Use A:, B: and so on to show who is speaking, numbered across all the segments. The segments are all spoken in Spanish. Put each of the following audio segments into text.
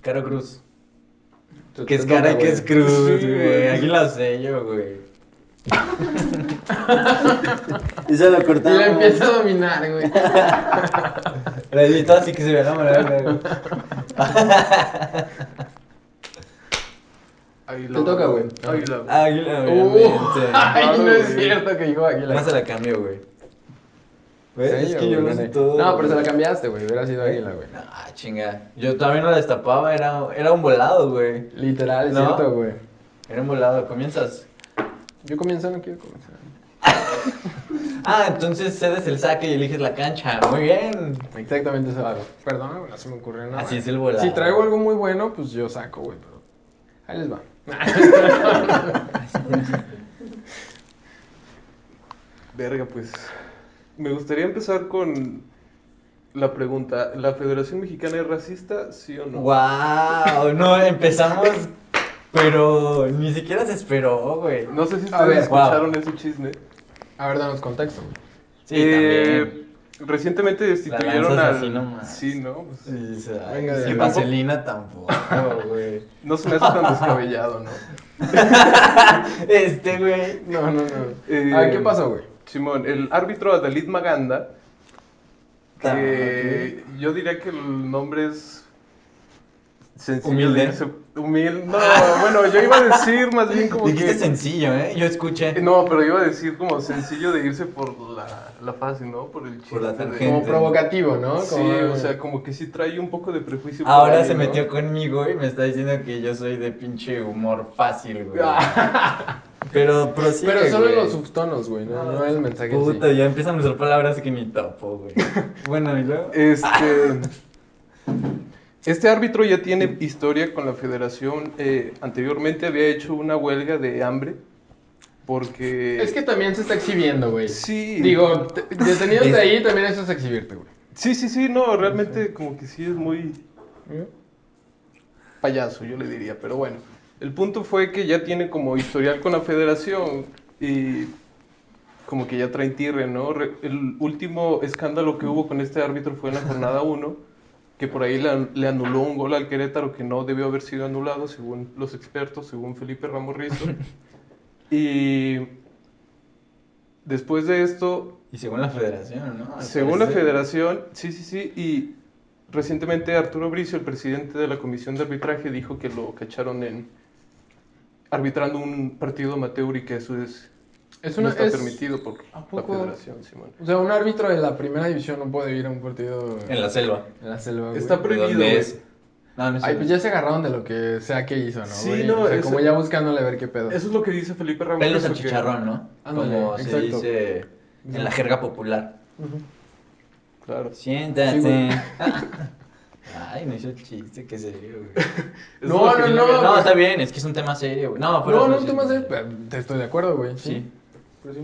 A: Caro Cruz. Que es cara y que es cruz, güey. Aquí la sello, güey.
B: Y se lo
C: Y la
B: cortamos.
C: empieza a dominar, güey.
A: La edito así que se vea la manera, güey.
C: Te toca, güey. Águila, güey.
A: Águila, güey.
C: Uh,
A: obviamente.
C: ay, no es
D: güey.
C: cierto que dijo águila.
A: Más se la cambio, güey.
B: Güey,
A: Sello,
B: es que yo
A: güey,
B: lo sé
A: gané.
B: todo.
C: No, pero se la
B: güey.
C: cambiaste, güey. Hubiera sido águila, güey.
A: Ah, chinga. Yo también no la destapaba, era, era un volado, güey.
C: Literal, es
A: No.
C: cierto, güey.
A: Era un volado, comienzas.
C: Yo comienzo, no quiero comenzar.
A: Ah, entonces cedes el saque y eliges la cancha. Muy bien.
C: Exactamente eso hago. Perdón, güey, no se me ocurrió nada.
A: Así es el volado.
C: Si traigo algo muy bueno, pues yo saco, güey, pero. Ahí les va.
D: Verga, pues. Me gustaría empezar con la pregunta: ¿La Federación Mexicana es racista, sí o no?
A: Wow, no, empezamos, pero ni siquiera se esperó, güey.
D: No sé si
C: A
D: ustedes
C: ver,
D: escucharon ese chisme.
C: A ver, danos contexto, güey.
A: Sí,
D: Eh,
A: también.
D: Recientemente destituyeron
A: lanzas
D: al.
A: así nomás.
D: Sí, ¿no? Pues,
A: Sí, sí,
C: venga,
A: sí,
C: de-
A: vaselina tampoco, güey.
D: No se me hace tan descabellado, ¿no?
A: Este, güey.
C: No, no, no.
D: Eh,
C: A ver, ¿qué pasó, güey?
D: Simón, el árbitro Adalid Maganda,
C: Ah,
A: Ta-
D: que yo diría que el nombre es sencillo.
A: Humilde.
D: de irse- humilde. No, bueno, yo iba a decir más bien como
A: Dijiste
D: que...
A: sencillo, ¿eh? Yo escuché.
D: No, pero iba a decir como sencillo de irse por la, la fácil, ¿no? Por el chiste.
A: Por la
D: de-
A: tangente.
C: Como
A: gente.
C: provocativo, ¿no?
D: Sí,
C: Como-
D: o sea, como que sí trae un poco de prejuicio. por
A: Ahora
D: ahí,
A: se
D: ¿no?
A: metió conmigo y me está diciendo que yo soy de pinche humor fácil, güey. Pero prosigue,
C: Pero solo en
A: güey.
C: los subtonos, güey, no, no el mensaje. en sí.
A: Puta, ya empiezan a usar palabras que ni topo, güey. Bueno, y luego.
D: Este. Este árbitro ya tiene historia con la federación. eh, anteriormente había hecho una huelga de hambre. Porque.
C: Es que también se está exhibiendo, güey.
D: Sí.
C: Digo, te- deteniéndote ahí también eso es exhibirte, güey.
D: Sí, sí, sí, no, realmente como que sí es muy payaso, yo le diría. Pero bueno, el punto fue que ya tiene como historial con la federación y como que ya traen tirre, ¿no? Re- El último escándalo que hubo con este árbitro fue en la jornada 1, que por ahí le, an- le anuló un gol al Querétaro que no debió haber sido anulado, según los expertos, según Felipe Ramos Rizo. Y después de esto,
A: Y según la federación, ¿no? Al
D: según la
A: parecer.
D: federación, sí, sí, sí, y recientemente Arturo Bricio, el presidente de la comisión de arbitraje, dijo que lo cacharon en arbitrando un partido amateur y que eso es
C: Es
D: no
C: una.
D: está
C: es-
D: permitido por
C: ¿A
D: la
C: poco?
D: federación, Simón.
C: O sea, un árbitro de la primera división no puede ir a un partido
A: En la selva.
C: en la selva, güey.
D: Está
A: ¿De
D: prohibido.
A: dónde
D: güey.
A: es? No, no es
C: Ay, pues
A: selva.
C: ya se agarraron de lo que sea que hizo, ¿no?
D: Sí,
C: güey?
D: no,
C: o sea,
D: es-
C: como ya buscándole a ver qué pedo.
D: Eso es lo que dice Felipe Ramos.
A: Pelos
D: Rizo,
A: al
D: que-
A: chicharrón, ¿no?
C: Ándale,
A: Como se
C: exacto.
A: dice en la jerga popular.
D: Claro.
A: Siéntate.
C: Sí, güey.
A: Ay, me hizo chiste, qué serio, güey.
D: Es
C: No,
D: lo que
C: no,
D: dice-
C: no,
A: No,
C: güey.
A: está bien, es que es un tema serio, güey. No, fuera
C: No,
A: de
C: no,
A: sí.
C: tú más de. Te estoy de acuerdo, güey.
A: Sí.
C: Pues sí.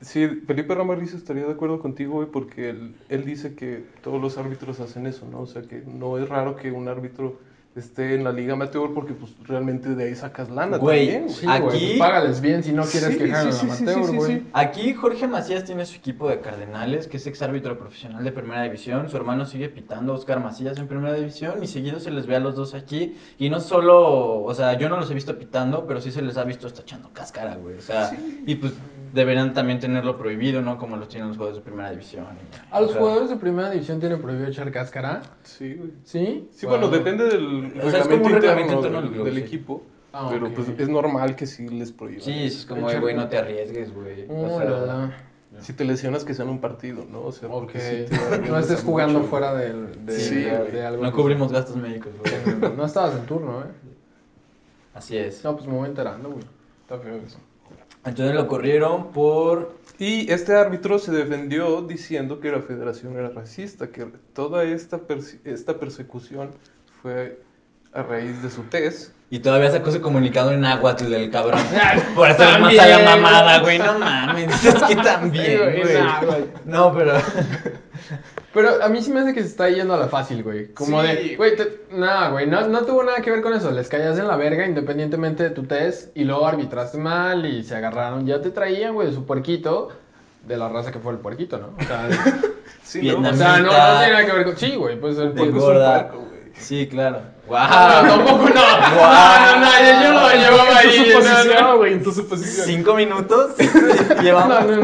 D: Sí, Felipe Ramos Rizo estaría de acuerdo contigo, güey, porque él, él dice que todos los árbitros hacen eso, ¿no? O sea, que no es raro que un árbitro esté en la liga amateur porque pues realmente de ahí sacas lana
A: Güey,
D: también, güey.
C: Sí, güey,
A: Aquí-
C: pues Págales bien si no quieres
D: Sí,
C: quejar
D: sí,
C: a la
D: sí, sí,
C: amateur,
D: sí, sí,
C: güey.
D: sí.
A: Aquí Jorge Macías tiene su equipo de Cardenales, que es ex árbitro profesional de Primera División. Su hermano sigue pitando a Oscar Macías en Primera División y seguido se les ve a los dos aquí. Y no solo, o sea, yo no los he visto pitando, pero sí se les ha visto hasta echando cáscara, güey. O sea, y pues deberán también tenerlo prohibido, ¿no? Como lo tienen los jugadores de Primera División. y ya.
C: A los
A: O sea,
C: jugadores de primera división tienen prohibido echar cáscara.
D: Sí, güey.
C: ¿Sí?
D: Sí, bueno, depende del
A: O sea, es como
D: reglamento
A: un reglamento
D: interno
A: interno del
D: del,
A: club,
D: del
A: sí.
D: equipo,
C: Ah,
D: pero
C: ok.
D: pues es normal que sí les prohíban.
A: Sí, es como, "Ay, güey, no te arriesgues, güey. O
C: Oh,
A: sea,
C: la, la.
D: Si te lesionas que sea en un partido, ¿no? O sea,
C: Ok.
D: porque sí te arriesgas
C: No estés
D: a
C: jugando
D: mucho.
C: fuera del- de,
D: Sí,
C: de-
D: güey.
C: de algo.
A: No
C: que-
A: cubrimos gastos médicos, güey.
C: No estabas en turno, ¿eh?
A: Así es.
C: No, pues me voy enterando, güey. Está feo eso.
A: Entonces lo corrieron por
D: Y este árbitro se defendió diciendo que la federación era racista, que toda esta, perse- esta persecución fue a raíz de su test.
A: Y todavía sacó su comunicado en náhuatl del cabrón.
D: Ah,
A: Por hacer más a la
C: También.
A: mamada, güey. No mames. Es que también,
C: Sí, güey,
A: güey.
C: nah, güey.
A: No, pero.
D: Pues
C: Pero a mí sí me hace que se está yendo a la fácil, güey. Como
D: Sí.
C: de, güey, te- nada, güey, no, no tuvo nada que ver con eso. Les caías en la verga independientemente de tu test y luego arbitraste mal y se agarraron. Ya te traían, güey, su puerquito de la raza que fue el puerquito, ¿no? O sea,
D: Sí,
A: Vietnamita.
C: o sea, no, no tiene nada que ver con... Sí, güey, pues el
A: De
C: puerco
D: Porque es un
A: gorda.
D: puerco, güey.
A: Sí, claro.
C: Ah,
A: ¡Wow!
C: tampoco no. No, no, no, yo, yo lo llevaba ahí.
D: En tu suposición, güey, en tu suposición.
A: ¿Cinco minutos?
C: No, no,
A: Llevamos.
C: no. No,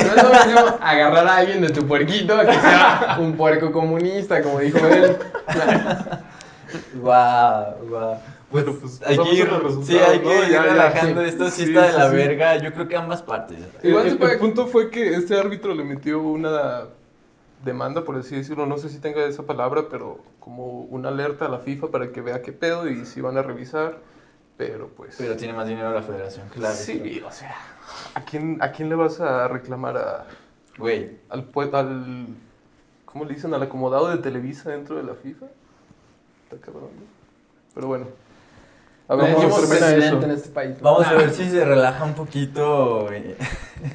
C: no es lo mismo agarrar a alguien de tu puerquito a que sea un puerco comunista, como dijo él.
A: Wow, wow. Pues,
D: Pero, pues,
A: hay que
D: pasamos
A: ir,
D: a los resultados,
A: sí, hay
D: ¿no?
A: que ir
D: Ya, ya,
A: relajando.
C: sí.
A: Esto sí,
D: Sí,
A: está de
D: sí,
A: la
D: sí.
A: verga. Yo creo que ambas partes.
C: Igual
D: el,
C: se
D: el
C: puede-
D: punto fue que este árbitro le metió una demanda, por así decirlo, no sé si tenga esa palabra, pero como una alerta a la FIFA para que vea qué pedo y si van a revisar, pero pues...
A: Pero tiene más dinero la federación, claro.
D: sí, o sea, ¿a quién, ¿a quién le vas a reclamar a-
A: Güey,
D: al, pue- al... ¿Cómo le dicen? Al acomodado de Televisa dentro de la FIFA. Está cabrón, ¿no? Pero bueno. A ver,
C: Tenemos
D: ¿cómo termina
C: presidente
D: eso?
C: en este país. ¿no?
A: vamos a
D: Ah.
A: ver si se relaja un poquito eh,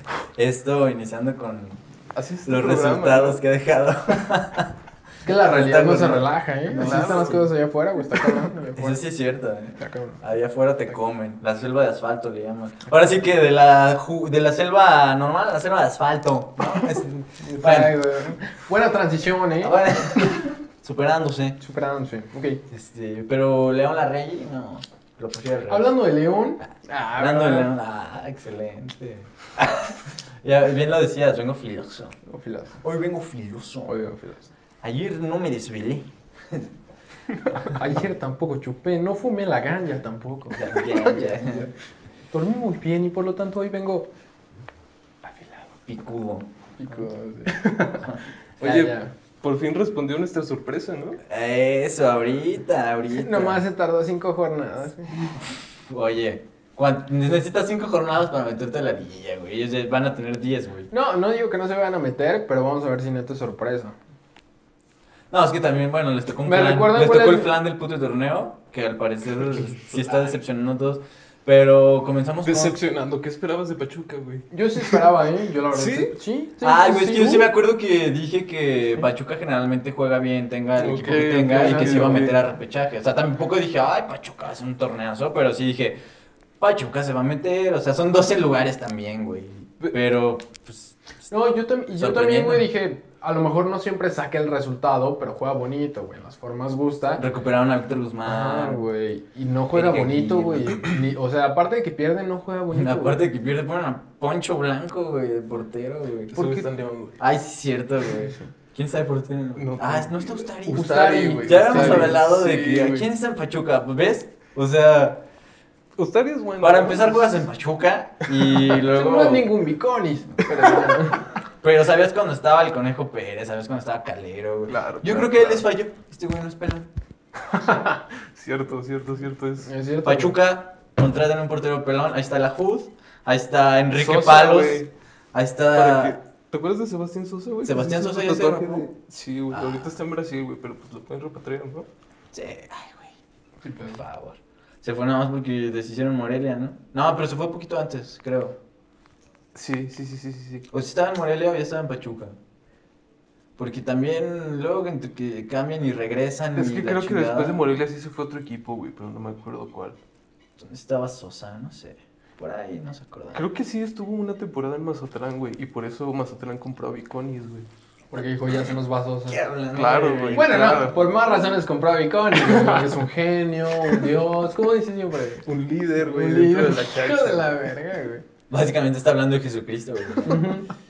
A: esto, iniciando con
D: Así es este
A: los
D: programa,
A: resultados
D: ¿no?
A: que ha dejado.
C: Es que la realidad no se
A: Está
C: relaja, ¿eh? Así
D: Claro,
C: están las
D: güey.
C: cosas allá afuera, güey. Está cabrón. allá
A: Eso
C: afuera.
A: sí es cierto, eh.
C: Está cabrón.
A: Allá afuera te comen, la selva de asfalto le llaman. Ahora sí que de la, ju- de la selva normal a la selva de asfalto. ¿no? Es- bueno,
C: Exacto. Buena transición, ¿eh?
A: Ah, bueno, superándose.
C: Superándose. Ok.
A: Este, pero León Larrey, no, lo prefiero al revés.
C: Hablando de León. Ah,
A: Hablando de
C: ¿verdad?
A: León, ah, excelente. ya, bien lo decías, vengo filoso.
C: O filas.
A: Hoy vengo filoso.
C: Odio filas.
A: Ayer no me desvelé.
C: Ayer tampoco chupé, no fumé la ganja tampoco.
A: Ya, ya, ya.
C: Dormí muy bien y por lo tanto hoy vengo afilado.
A: Picudo.
C: Pico,
D: eh. Oye,
C: Ah, Ya, ya.
D: por fin respondió nuestra sorpresa, ¿no?
A: Eso, ahorita,
C: así.
A: ahorita.
C: Nomás se tardó cinco jornadas.
A: Oye, cuan- necesitas cinco jornadas para meterte a la liguilla, güey. Ellos ya van a tener 10, güey.
C: No, no digo que no se vayan a meter, pero vamos a ver si neta es sorpresa.
A: No, es que también, bueno, les tocó un
C: ¿Me
A: plan.
C: recuerdan
A: les
C: cuál
A: tocó
C: es
A: el
C: mi-
A: plan del puto torneo, que al parecer sí está decepcionando a todos. Pero comenzamos con...
D: Decepcionando, ¿qué esperabas de Pachuca, güey?
C: Yo sí esperaba, ¿eh? Yo la verdad.
D: ¿Sí? pues
C: Sí, sí,
A: Ay,
C: sí,
A: güey, es
C: sí.
A: que yo sí me acuerdo que dije que Pachuca generalmente juega bien, tenga el equipo que
D: Ok,
A: tenga y
D: ok,
A: que se iba a
D: ok.
A: meter a repechaje. O sea, tampoco dije, ay, Pachuca hace un torneazo, pero sí dije, Pachuca se va a meter. O sea, son 12 lugares también, güey. Pero, pues,
C: No, yo, tam- y yo también,
A: Sorprendiendo.
C: güey, dije, a lo mejor no siempre saque el resultado, pero juega bonito, güey. Las formas gusta.
A: recuperaron a Víctor
C: Ah,
A: Guzmán.
C: güey. Y no juega
A: Qué
C: bonito, güey.
A: querido.
C: Ni- O sea, aparte de que pierde, no juega bonito.
A: Aparte
C: güey.
A: de que pierde, ponen a Poncho Blanco, güey, de portero, güey.
D: Eso
C: qué?
D: está león, güey.
A: Ay, sí es cierto, güey. ¿Quién sabe portero?
D: No
A: ah,
D: tengo
A: no está
D: idea.
A: Ustari.
C: Ustari, güey.
A: Ya habíamos
C: Ustari.
A: hablado de
D: Sí,
A: que, ¿a
D: güey.
A: ¿quién está en Pachuca? ¿Ves? O sea...
D: Ustari es bueno.
A: Para empezar juegas en Pachuca y
C: No es
A: luego...
C: ningún biconis. Pero, bueno.
A: Pero sabías cuando estaba el Conejo Pérez, sabías cuando estaba Calero, güey.
D: Claro,
A: Yo
D: claro,
A: creo que él
D: claro.
A: les falló. Este güey no es pelón.
D: Cierto, cierto, cierto. Es...
A: Ah.
C: Es cierto,
A: Pachuca, contratan un portero pelón. Ahí está la Jud, ahí está Enrique
D: Sosa,
A: Palos,
D: güey.
A: ahí
D: Para
A: está...
D: que- ¿Te acuerdas de Sebastián Sosa, güey?
A: Sebastián
D: Que se
A: Sosa
D: hizo
A: ya se
D: tatuaje
A: rapó.
D: de- Sí, güey,
A: Ah.
D: ahorita está en Brasil, güey, pero pues lo pueden repatriar, ¿no?
A: Sí, ay, güey.
C: güey.
A: Por favor. Se fue nada más porque deshicieron Morelia, ¿no? No, pero se fue poquito antes, creo.
D: Sí, sí, sí, sí, sí. sí.
A: O si estaba en Morelia o ya estaba en Pachuca. Porque también luego entre que cambian y regresan
D: Es
A: y
D: que
A: la
D: creo que
A: chingada.
D: después de Morelia sí se fue otro equipo, güey, pero no me acuerdo cuál.
A: ¿Dónde estaba Sosa? No sé. Por ahí no se acordaba.
D: Creo que sí estuvo una temporada en Mazatlán, güey, y por eso Mazatlán compró a Viconis, güey.
C: Porque dijo, ya se nos va Sosa.
A: ¿Qué hablan,
D: Claro, güey.
C: Bueno, no,
D: Claro.
C: por más razones compraba biconis. güey, porque Es un genio, un dios. ¿Cómo dice siempre?
D: Un líder, güey,
C: Un
D: dentro
C: líder.
D: de la
C: Hijo de la
D: cancha.
C: verga, güey.
A: Básicamente está hablando de Jesucristo, güey.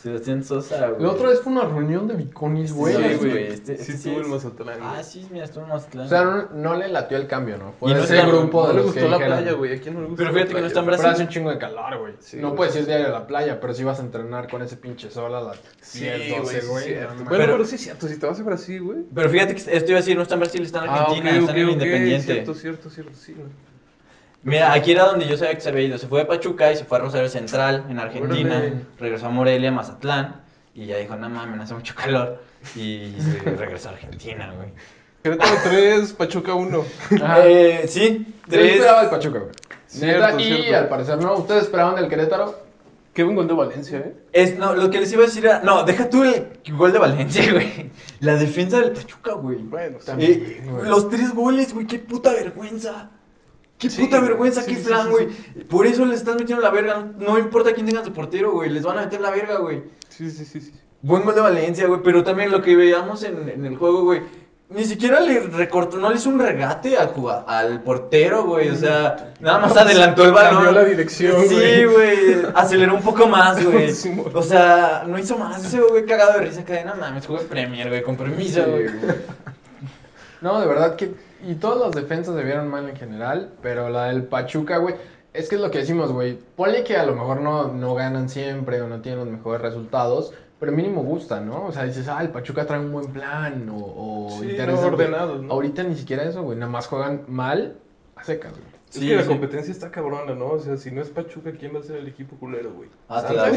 A: Sebastián Sosa, güey.
C: La otra vez fue una reunión de biconis,
A: Sí,
C: güey.
D: Sí,
A: Buenas,
D: güey,
A: güey, este- este
D: sí
A: sí
D: estuvo
A: es-
D: en Mazatlán, güey.
A: Ah, sí, mira, estuvo más claro.
C: O sea, no, no le latió el cambio, ¿no? Fue
A: Y no
C: ese
A: está-
C: grupo
D: No
C: de
D: le
C: los que
D: gustó la
C: dijeron,
D: playa, güey, aquí no le gusta
A: Pero
D: la
A: fíjate que no
D: playa,
A: está en
D: güey.
C: Pero hace un chingo de calor, güey.
D: Sí,
C: no
D: güey.
C: puedes ir diario a la playa, pero si vas a entrenar con ese pinche sol a las 10, 12,
D: sí,
C: güey.
D: cierto.
C: no mames.
D: Bueno,
A: Pero-
D: pero, sí es cierto, si te vas a Brasil, güey.
A: Pero fíjate que esto iba a decir, no está en Brasil, está en
D: Ah, ok,
A: Argentina, está
D: ok,
A: en el
D: ok,
A: Independiente.
D: Cierto, cierto, cierto, sí, güey.
A: Mira, aquí era donde yo sabía que se había ido. Se fue de Pachuca y se fue a Rosario Central, en Argentina.
D: Órale.
A: Regresó a Morelia, Mazatlán. Y ya dijo, no mames, hace mucho calor. Y se regresó a Argentina, güey.
D: Querétaro 3, Pachuca 1.
C: Ajá.
A: Eh, sí,
C: Yo
A: tres.
C: esperaba el Pachuca, güey.
D: Cierto,
C: Neta, y
D: cierto.
C: al parecer no. ¿Ustedes esperaban del Querétaro?
D: Qué buen gol de Valencia, ¿eh?
A: Es, no, lo que les iba a decir era, no, deja tú el gol de Valencia, güey. La defensa del Pachuca, güey.
D: Bueno, sí.
C: También.
A: Eh,
C: güey.
A: los tres goles, güey, qué puta vergüenza. Qué
D: Sí,
A: puta vergüenza,
D: sí,
A: qué
D: sí,
A: flan,
D: sí,
A: güey. Por eso les están metiendo la verga. No importa quién tenga su portero, güey. Les van a meter la verga, güey.
D: Sí, sí, sí, sí.
A: Buen gol de Valencia, güey. Pero también lo que veíamos en, en el juego, güey. Ni siquiera le recortó, no le hizo un regate al, juga- al portero, güey. O sea, nada más adelantó el balón.
D: Pues, Cambió la dirección,
A: Sí,
D: güey.
A: güey. Aceleró un poco más, güey.
D: Simón.
A: O sea, no hizo más. Ese güey cagado de risa. Cadena, mames, jugué Premier, güey, con permiso, güey.
C: No, de verdad que. Y todas las defensas se vieron mal en general, pero la del Pachuca, güey. Es que es lo que decimos, güey. Ponle que a lo mejor no, no ganan siempre o no tienen los mejores resultados, pero mínimo gusta, ¿no? O sea, dices, ah, el Pachuca trae un buen plan o, o
D: Sí, no,
C: interesante.
D: ordenados, ¿no?
C: Ahorita ni siquiera eso, güey. Nada más juegan mal a secas, güey.
D: Es
A: Sí,
D: que la
A: sí.
D: competencia está cabrona, ¿no? O sea, si no es Pachuca, ¿quién va a ser el equipo culero, güey?
A: Atlas.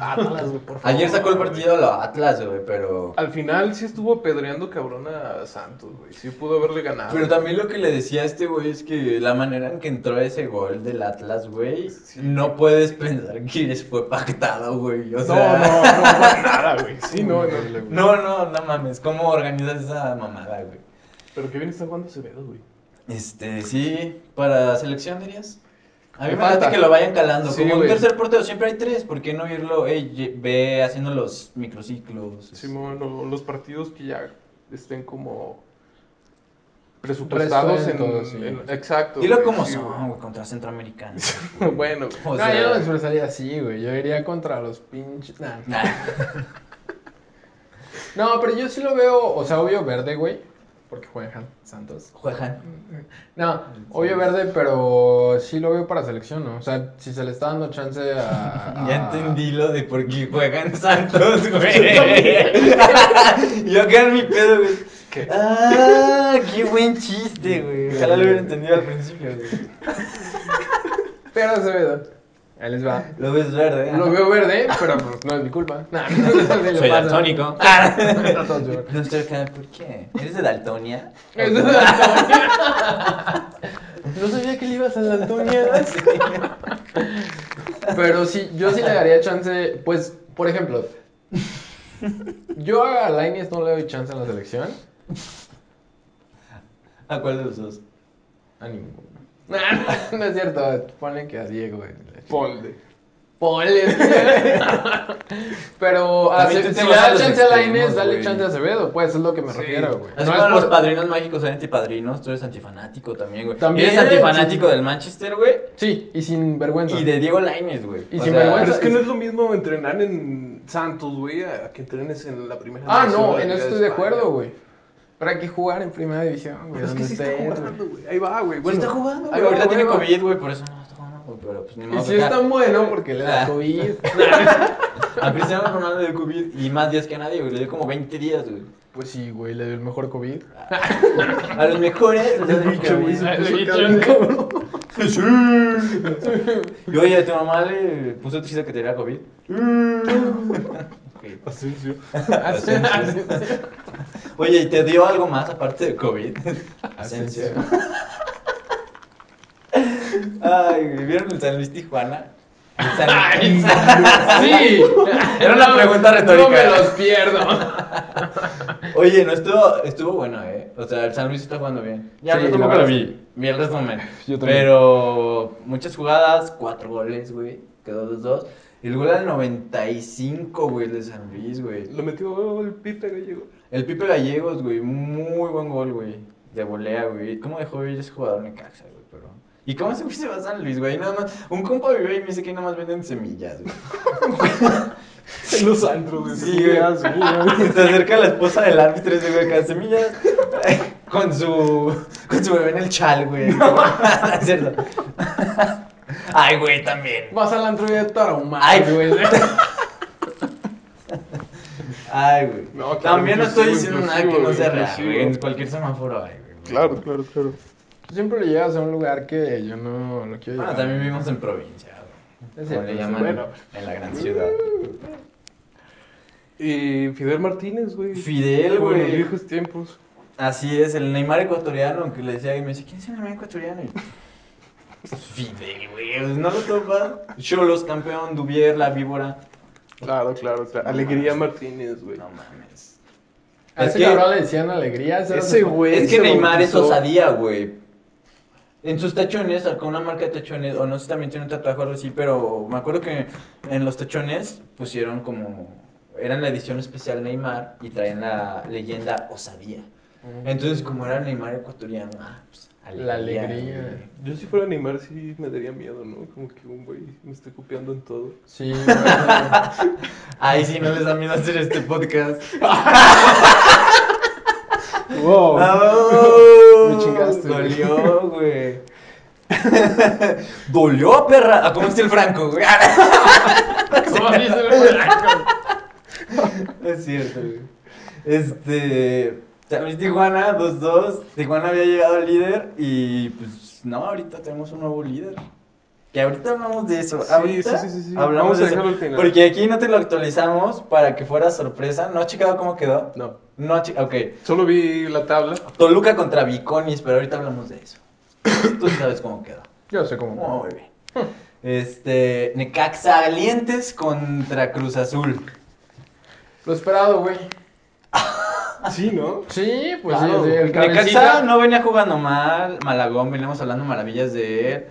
D: Atlas, Ah, güey, por favor.
A: Ayer sacó el partido a Atlas, güey, pero.
D: Al final sí estuvo apedreando cabrón a Santos, güey. Sí pudo haberle ganado.
A: Pero también lo que le decía a este güey es que la manera en que entró ese gol del Atlas, güey,
D: Sí.
A: no puedes pensar que les fue pactado, güey. O
D: No,
A: sea,
D: no, no, fue nada, güey. Sí, no, no.
A: no, no, no mames. ¿Cómo organizas esa mamada, güey?
D: Pero qué bien está jugando Acevedo, güey.
A: Este, sí, para selección dirías. A mí
C: Me
A: me parece
C: falta.
A: que lo vayan calando.
D: Sí,
A: Como un
D: güey.
A: tercer portero, siempre hay tres. ¿Por qué no irlo? Ey, ye- ve haciendo los microciclos.
D: Simón, o los partidos que ya estén como presupuestados en,
C: Resueltos, sí.
D: en- Exacto.
A: Dilo
D: güey,
A: como
D: sí,
A: son, güey, contra Centroamericano.
D: güey. bueno, güey.
A: O
C: no,
A: sea-
C: yo no me expresaría así, güey. Yo iría contra los pinches. nah.
A: Nah.
C: No, pero yo sí lo veo, o sea, obvio verde, güey. Porque juegan Santos.
A: Juegan.
C: No, obvio verde, pero sí lo veo para selección, ¿no? O sea, si se le está dando chance a.
A: Ya
C: a-
A: entendí lo de por qué juegan Santos, güey. Yo quedé en mi pedo, güey.
D: ¿Qué?
A: Ah, qué buen chiste, güey. Ojalá lo hubiera entendido al principio, güey.
C: Pero se ve. Ahí les va.
A: Lo ves verde. ¿eh?
C: Lo veo verde, pero pues no es mi culpa. Nah, le
A: Soy
C: pasa. Ah.
A: daltónico.
C: No, todos yo.
A: No estoy acá, ¿por qué? ¿Eres de Daltonia?
C: Es de Daltonia. No sabía que le ibas a la Antonia. Pero sí, yo sí le daría chance. Pues, por ejemplo, yo a Lainez no le doy chance en la selección.
A: ¿A cuál de los dos?
C: A ninguno. No, no es cierto. Ponle que a Diego. güey.
D: Polde.
C: Ponle. Pero a
A: También
C: Ce-
A: tú te
C: si le
A: vas a
C: das
A: los
C: chance a Lainez,
A: extremos,
C: dale
A: güey.
C: chance a Acevedo. Pues es lo que me
D: Sí.
C: refiero, güey.
A: Así
C: No es
A: como los
C: por-
A: padrinos mágicos eran antipadrinos, tú eres antifanático también, güey.
C: También.
A: Eres antifanático del Manchester, güey,
C: Sí, y sin vergüenza.
A: y de Diego Lainez, güey.
C: Y
A: O
C: sin
A: sea,
D: Pero
C: vergüenza.
D: es que no es lo mismo entrenar en Santos, güey, a que entrenes en la primera
C: Ah,
D: división
C: no,
D: la
C: en
D: Liga
C: eso estoy de
D: España.
C: acuerdo, güey. Pero hay que jugar en primera división, güey.
D: Pero es que
C: donde
D: sí está
C: estés, güey.
D: jugando, güey. Ahí va, güey.
A: Sí
D: Bueno,
A: está jugando,
C: ahí
A: güey.
C: va,
A: pues, Ahorita
C: güey,
A: tiene
C: va.
A: COVID, güey, por eso no está jugando, güey, pero pues ni
C: Y
A: modo.
C: sí
A: acá.
C: es tan bueno porque le da
A: Ah.
C: COVID.
A: A Cristiano Ronaldo le dio COVID y más días que a nadie, güey. Le dio como 20 días, güey.
C: Pues sí, güey, le dio el mejor COVID.
A: A los mejores. los de América, güey.
C: pues,
A: Sí. Y oye, tu mamá le puso tu chiste que tenía COVID. Mm. Ok.
D: Asensio.
C: Ah, Asensio.
A: Oye, ¿y te dio algo más aparte de COVID? Asensio. Ay, güey, ¿vieron el San Luis Tijuana? El San-
C: Ay, sí.
A: Era una pregunta retórica.
C: No me los pierdo.
A: Oye, no estuvo, estuvo bueno, eh. O sea, el San Luis está jugando bien. Ya
C: Sí,
A: yo
C: la
A: tampoco
C: verdad
A: lo
C: es
A: vi. Vi el resumen.
C: Yo también.
A: Pero muchas jugadas, cuatro goles, güey. Quedó 2-2. El gol al 95, güey, de San Luis, güey.
D: Lo metió el Pipe Gallego.
A: El Pipe Gallegos, güey, muy buen gol, güey. De volea, güey. ¿Cómo dejó ir ese jugador Necaxa, güey? Pero... ¿Y cómo se, se va a San Luis, güey? Nada más. Un compa vive y me dice que nada más venden semillas, güey.
D: En los antros, güey.
A: Sí, güey. Se acerca la esposa del árbitro y dice, güey, acá semillas. Con su, con su bebé en el chal, güey. Es cierto. Ay, güey, también.
C: Vas al antro y de tarahumado,
A: Ay.
C: güey.
A: Ay, güey.
D: No, claro,
A: también no estoy
D: inclusivo,
A: diciendo nada que no sea
D: inclusivo,
A: real,
D: inclusivo.
A: güey. En cualquier semáforo hay, güey.
D: Claro, claro, claro.
C: Siempre lo llevas a un lugar que yo no lo
A: Bueno,
C: quiero llevar.
A: Ah, también vivimos en provincia, güey. Como
C: Es cierto,
A: le
C: sí,
A: llaman
D: bueno.
A: en la gran ciudad.
D: Y Fidel Martínez, güey.
A: Fidel,
D: Como en los
A: güey.
D: viejos tiempos.
A: Así es, el Neymar ecuatoriano, que le decía y me dice, ¿quién es el Neymar ecuatoriano? Y, pues, Fidel, güey. pues, No lo topas. Cholos, campeón, Duvier, la víbora.
D: Claro, claro, claro. Alegría Martínez, güey.
A: No mames.
C: A
A: Es
C: ese
A: que-
C: cabrón le decían alegría. ese era
D: Ese
C: su-
D: güey.
A: Es que
D: se
A: Neymar es
D: bautizó.
A: osadía, güey. En sus tachones, sacó una marca de tachones, o no sé si también tiene un tatuaje o algo así, pero me acuerdo que en los tachones pusieron como. Eran la edición especial Neymar y traían la leyenda osadía. Entonces, como era Neymar ecuatoriano, ah, pues,
C: La alegría.
A: güey.
D: Yo si fuera a animar sí me daría miedo, ¿no? Como que un güey me esté copiando en todo.
C: Sí, güey.
A: Ay, sí, no les da miedo hacer este podcast.
C: wow.
A: ¡Oh!
C: Me chingaste, güey.
A: Dolió, güey. Dolió, perra. Ah, ¿Cómo está el Franco, güey?
C: ¿Cómo dice el polaco?
A: Es cierto, güey. Este. También Tijuana, 2-2. Tijuana había llegado al líder y pues no, ahorita tenemos un nuevo líder. Que ahorita hablamos de eso.
D: Sí,
A: ahorita
D: sí, sí, sí, sí.
A: hablamos
D: Vamos a
A: de eso.
D: dejarlo al final.
A: Porque aquí no te lo actualizamos para que fuera sorpresa. ¿No has checado cómo quedó?
D: No.
A: No, has che- ok.
D: Solo vi la tabla.
A: Toluca contra Viconis, pero ahorita hablamos de eso. Tú sabes cómo quedó.
C: Yo sé cómo.
A: Muy bien. Este, Necaxa Alientes contra Cruz Azul.
C: Lo esperado, güey.
D: Sí, ¿no?
C: Sí, pues
A: Claro.
C: sí, sí, el
A: Necaxa
C: cabecita.
A: no venía jugando mal, Malagón, veníamos hablando maravillas de él.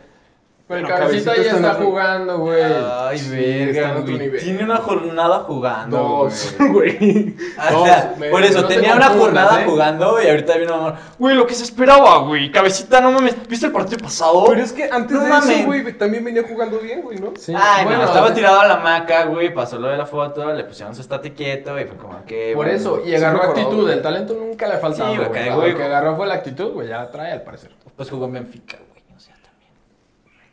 C: pero el
D: Bueno,
C: cabecita
D: cabecita
C: ya
D: está en
C: está
D: otro-
C: jugando, güey.
A: Ay,
C: Pues, Sí, está en
A: verga,
C: otro
A: güey.
C: nivel.
A: Tiene una jornada jugando.
C: Dos,
A: güey.
C: güey.
A: O sea,
C: Dos, me-
A: por eso,
C: no te
A: tenía una
C: confundas,
A: jornada
C: ¿eh?
A: jugando y ahorita vino amor. Güey, lo que se esperaba, güey. Cabecita, no mames. ¿Viste el partido pasado?
D: Pero es que antes
A: Oh, No
D: de
A: mames.
D: eso, güey, también venía jugando bien, güey, ¿no?
C: Sí.
A: Ay,
C: bueno,
A: no, estaba
C: de-
A: tirado a la maca, güey. Pasó lo de la foto, le pusieron su estate quieto y fue como que.
C: Por
A: bueno.
C: eso, y
D: sí
C: agarró
D: mejoró,
C: actitud.
D: güey.
C: El talento nunca le ha faltado.
A: Sí, güey,
C: güey.
A: cae,
C: Lo
A: güey.
C: que agarró fue la actitud, güey. Ya trae al parecer.
A: Pues jugó en Benfica, güey. O sea, también.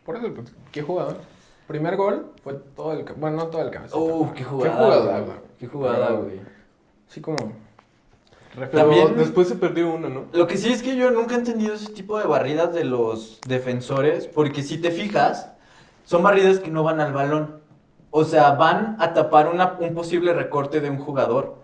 C: Por eso, pues, qué jugador. Primer gol fue todo el. ca- Bueno, no todo el cabecita.
A: Uh,
C: pero-
A: qué jugada.
C: Qué jugada,
A: güey.
C: güey.
A: Qué jugada, güey.
C: Sí, como.
D: Pero
A: También-
D: después se perdió uno, ¿no?
A: Lo que sí es que yo nunca he entendido ese tipo de barridas de los defensores, porque si te fijas, son barridas que no van al balón. O sea, van a tapar una- un posible recorte de un jugador,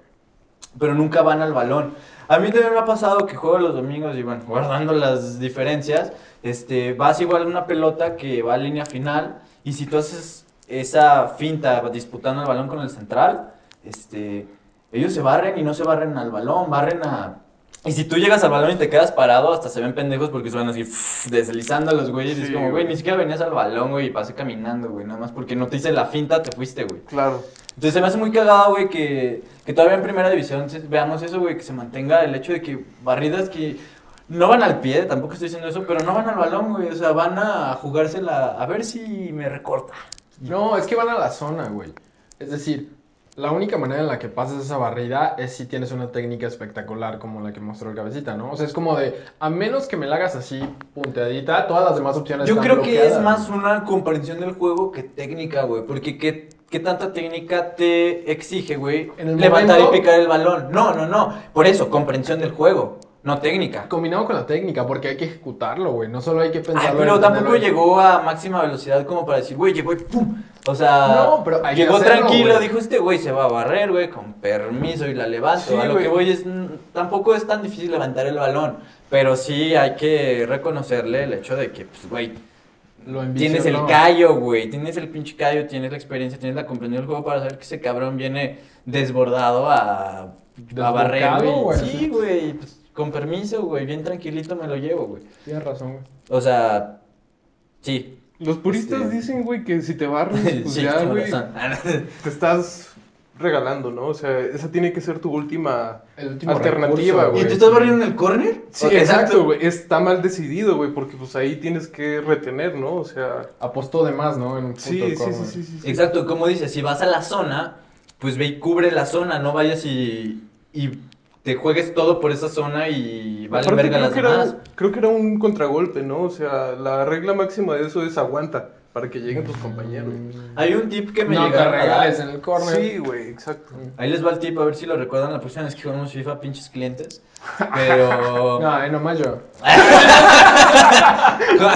A: pero nunca van al balón. A mí también me ha pasado que juego los domingos y bueno, guardando las diferencias, este, vas igual a una pelota que va a línea final y si tú haces esa finta disputando el balón con el central, este, ellos se barren y no se barren al balón, barren a... Y si tú llegas al balón y te quedas parado, hasta se ven pendejos porque se van así pff, deslizando a los güeyes. y es
D: Sí,
A: como, güey,
D: güey.
A: ni siquiera venías al balón, güey, y pasé caminando, güey, nada más porque no te hice la finta, te fuiste, güey.
D: Claro.
A: Entonces se me hace muy cagado, güey, que, que todavía en primera división se- veamos eso, güey, que se mantenga el hecho de que barridas que no van al pie, tampoco estoy diciendo eso, pero no van al balón, güey, o sea, van a jugársela a ver si me recorta.
C: No, es que van a la zona, güey. Es decir, la única manera en la que pasas esa barrida es si tienes una técnica espectacular como la que mostró el cabecita, ¿no? O sea, es como de, a menos que me la hagas así punteadita, todas las demás opciones
A: Yo
C: están
A: creo que es
C: bloqueadas.
A: más una comprensión del juego que técnica, güey, porque qué, qué tanta técnica te exige, güey,
C: En el
A: levantar
C: momento-
A: y picar el balón. No, no, no, por eso, comprensión del juego, no técnica.
C: Combinado con la técnica, porque hay que ejecutarlo, güey. No solo hay que pensarlo.
A: Ay, pero
C: entenderlo,
A: tampoco
C: hay-
A: llegó a máxima velocidad como para decir, güey, llegó y pum. O sea,
C: No, pero hay que
A: llegó
C: hacerlo,
A: tranquilo,
C: güey.
A: dijo este güey se va a barrer, güey, con permiso y la levanto.
D: Sí,
A: a lo
D: güey.
A: que voy es, mm, tampoco es tan difícil levantar el balón, pero sí hay que reconocerle el hecho de que, pues, güey,
C: Lo
A: tienes el
C: envisionó.
A: callo, güey, tienes el pinche callo, tienes la experiencia, tienes la comprensión del juego para saber que ese cabrón viene desbordado a, a
C: Desbocado,
A: barrer, güey.
C: güey.
A: Sí, güey, pues, con permiso, güey, bien tranquilito me lo llevo, güey.
C: Tienes razón, güey.
A: O sea, sí.
D: Los puristas
A: Este-
D: dicen, güey, que si te barres, pues
A: sí,
D: ya,
A: con
D: güey,
A: razón. Ah,
D: te estás regalando, ¿no? O sea, esa tiene que ser tu última...
C: El último
D: Alternativa,
C: recurso,
A: ¿Y
D: Ah, güey.
A: tú estás barriendo en el corner?
D: Sí, exacto, güey. Está mal decidido, güey, porque pues ahí tienes que retener, ¿no? O sea...
C: Apostó de más, ¿no? En un punto
D: Sí,
C: de
D: sí,
C: corner.
D: sí, sí, sí, sí.
A: Exacto, como dices, si vas a la zona, pues ve y cubre la zona, no vayas y, y te juegues todo por esa zona y vale
D: Aparte,
A: verga
D: creo
A: las
D: que era-
A: demás.
D: creo que era un contragolpe, ¿no? O sea, la regla máxima de eso es aguanta para que lleguen tus compañeros.
A: Hay un tip que me
C: Mm. No te
A: llegaron a dar.
C: regales en el corner.
D: Sí, güey, exacto.
A: Ahí les va el tip, a ver si lo recuerdan la próxima vez que jugamos FIFA, pinches clientes. Pero...
C: No, ahí nomás yo.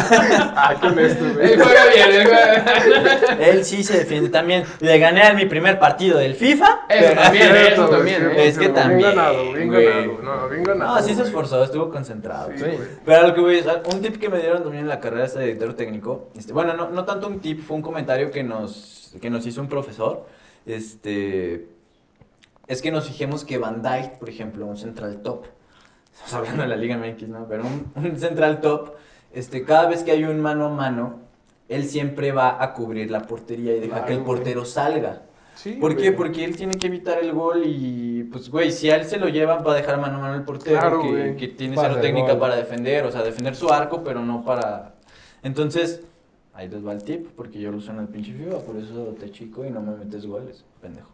D: Ah, con esto,
C: Él juega bien, él juega
A: Él sí se defiende también. Le gané en mi primer partido del FIFA.
C: Eso también, eso
D: Cierto, güey,
C: también.
D: cierto,
C: ¿eh?
A: Es que
D: cierto.
A: también,
D: Bien ganado, bien
A: güey.
D: ganado. No, bien ganado.
A: No, sí se
D: güey.
A: esforzó, estuvo concentrado.
D: Sí,
C: Sí.
D: güey.
A: Pero a lo que voy es, un tip que me dieron también en la carrera de director técnico, este, bueno, no, no tanto un tip, fue un comentario que nos, que nos hizo un profesor, este, es que nos fijemos que Van Dijk, por ejemplo, un central top, estamos hablando de la Liga MX, ¿no? Pero un, un central top, este, cada vez que hay un mano a mano, él siempre va a cubrir la portería y deja
D: Claro,
A: que el
D: güey.
A: portero salga.
D: Sí,
A: ¿Por qué?
D: güey.
A: Porque él tiene que evitar el gol y, pues, güey, si a él se lo llevan para dejar mano a mano al portero,
D: Claro,
A: que,
D: güey.
A: que tiene
C: Pasa
A: cero
C: el
A: técnica
C: gol.
A: para defender, o sea, defender su arco, pero no para... Entonces, ahí les va el tip, porque yo lo uso en el pinche FIFA, por eso te chico y no me metes goles, pendejo.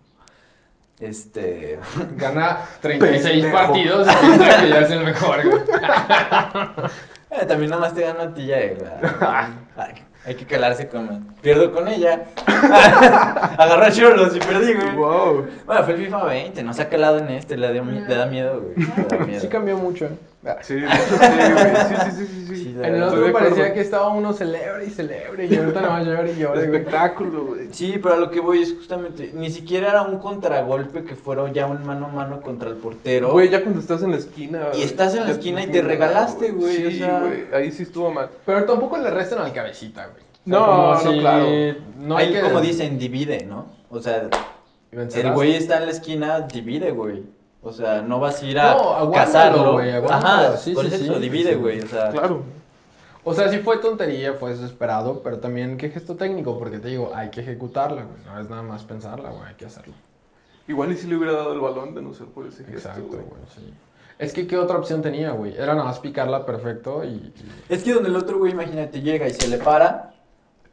A: Este...
C: Gana 36
B: Pendejo.
C: partidos y piensa que ya es el mejor, güey.
A: eh, también nada más te gano a ti ya, eh, la- Ay, Hay que calarse con... Pierdo con ella. Agarró a Cholos y perdí, güey.
D: Wow.
A: Bueno, fue el FIFA 20, no se ha calado en este, le, dio mi- le da miedo, güey. Le da miedo.
C: Sí cambió mucho. ¿eh?
D: Sí, de hecho, sí, güey. sí, sí, sí, sí, sí.
A: Sí, la
C: En
A: verdad.
C: el otro
D: Estoy de acuerdo.
C: parecía que estaba uno celebre y celebre y ahorita no va a llorar y
D: El
C: llorar, güey.
D: espectáculo, güey.
A: Sí, pero a lo que voy es justamente, ni siquiera era un contragolpe que fuera ya un mano a mano contra el portero.
D: Güey, ya cuando estás en la esquina.
A: Y estás en la
D: ya
A: esquina y te
D: tienes un-
A: regalaste, güey,
D: Sí,
A: o sea.
D: güey. Ahí sí estuvo mal.
C: Pero tampoco le restan al cabecita, güey.
D: No, no, claro.
C: No
A: Ahí
C: hay que...
A: como dicen, divide, ¿no? O sea, el güey está en la esquina, divide, güey. O sea, no vas a ir a
C: No, aguántalo,
A: cazarlo.
C: güey, aguántalo.
A: Ajá,
C: Sí,
A: por
C: sí,
A: eso,
C: sí,
A: divide,
C: sí.
A: güey. O sea,
D: Claro.
C: O sea, sí fue tontería, fue desesperado, pero también qué gesto técnico, porque te digo, hay que ejecutarla, güey. No es nada más pensarla, güey, hay que hacerlo.
D: Igual y si le hubiera dado el balón de no ser por ese gesto,
C: Exacto,
D: güey.
C: güey, sí. Es que, ¿qué otra opción tenía, güey? Era nada más picarla perfecto y... y-
A: es que donde el otro güey, imagínate, llega y se le para.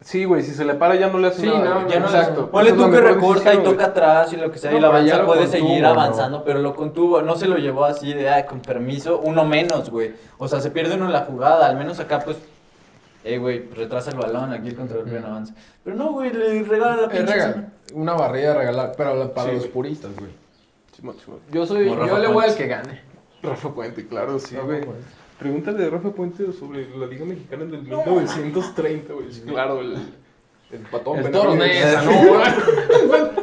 D: Sí, güey, si se le para ya no le hace
C: Sí,
D: nada.
C: no,
D: güey.
A: Ya no
C: Exacto.
A: le- Ponle
D: Esa es
A: tú
D: la
A: que
D: mejor
A: recorta y
D: decisión,
A: toca atrás y lo que sea,
C: No,
A: y la
C: pero ya
A: avanza
C: lo
A: puede
C: contuvo,
A: seguir
C: ¿no?
A: avanzando, pero lo contuvo. No se lo llevó así de, "Ay, con permiso, uno menos, güey. O sea, se pierde uno en la jugada. Al menos acá, pues, eh, güey, retrasa el balón, aquí el control
C: Ujú.
A: bien avanza. Pero no, güey, le regala la
C: Es
A: pinche.
C: regal, una barrida regalar, pero la- para
D: Sí,
C: los
D: güey.
C: puristas, güey.
D: güey. Simón, Simón.
C: Yo soy,
A: Como Rafa
C: yo le voy al
A: Puentes.
C: que gane.
D: Rafa Puente, claro, sí,
C: Rafa
D: güey.
C: Puente.
D: Pregúntale a Rafa Puente sobre la Liga Mexicana del 1930, güey. Sí, claro, el, el patón.
C: El
D: Benavides.
C: Tornesa, ¿no?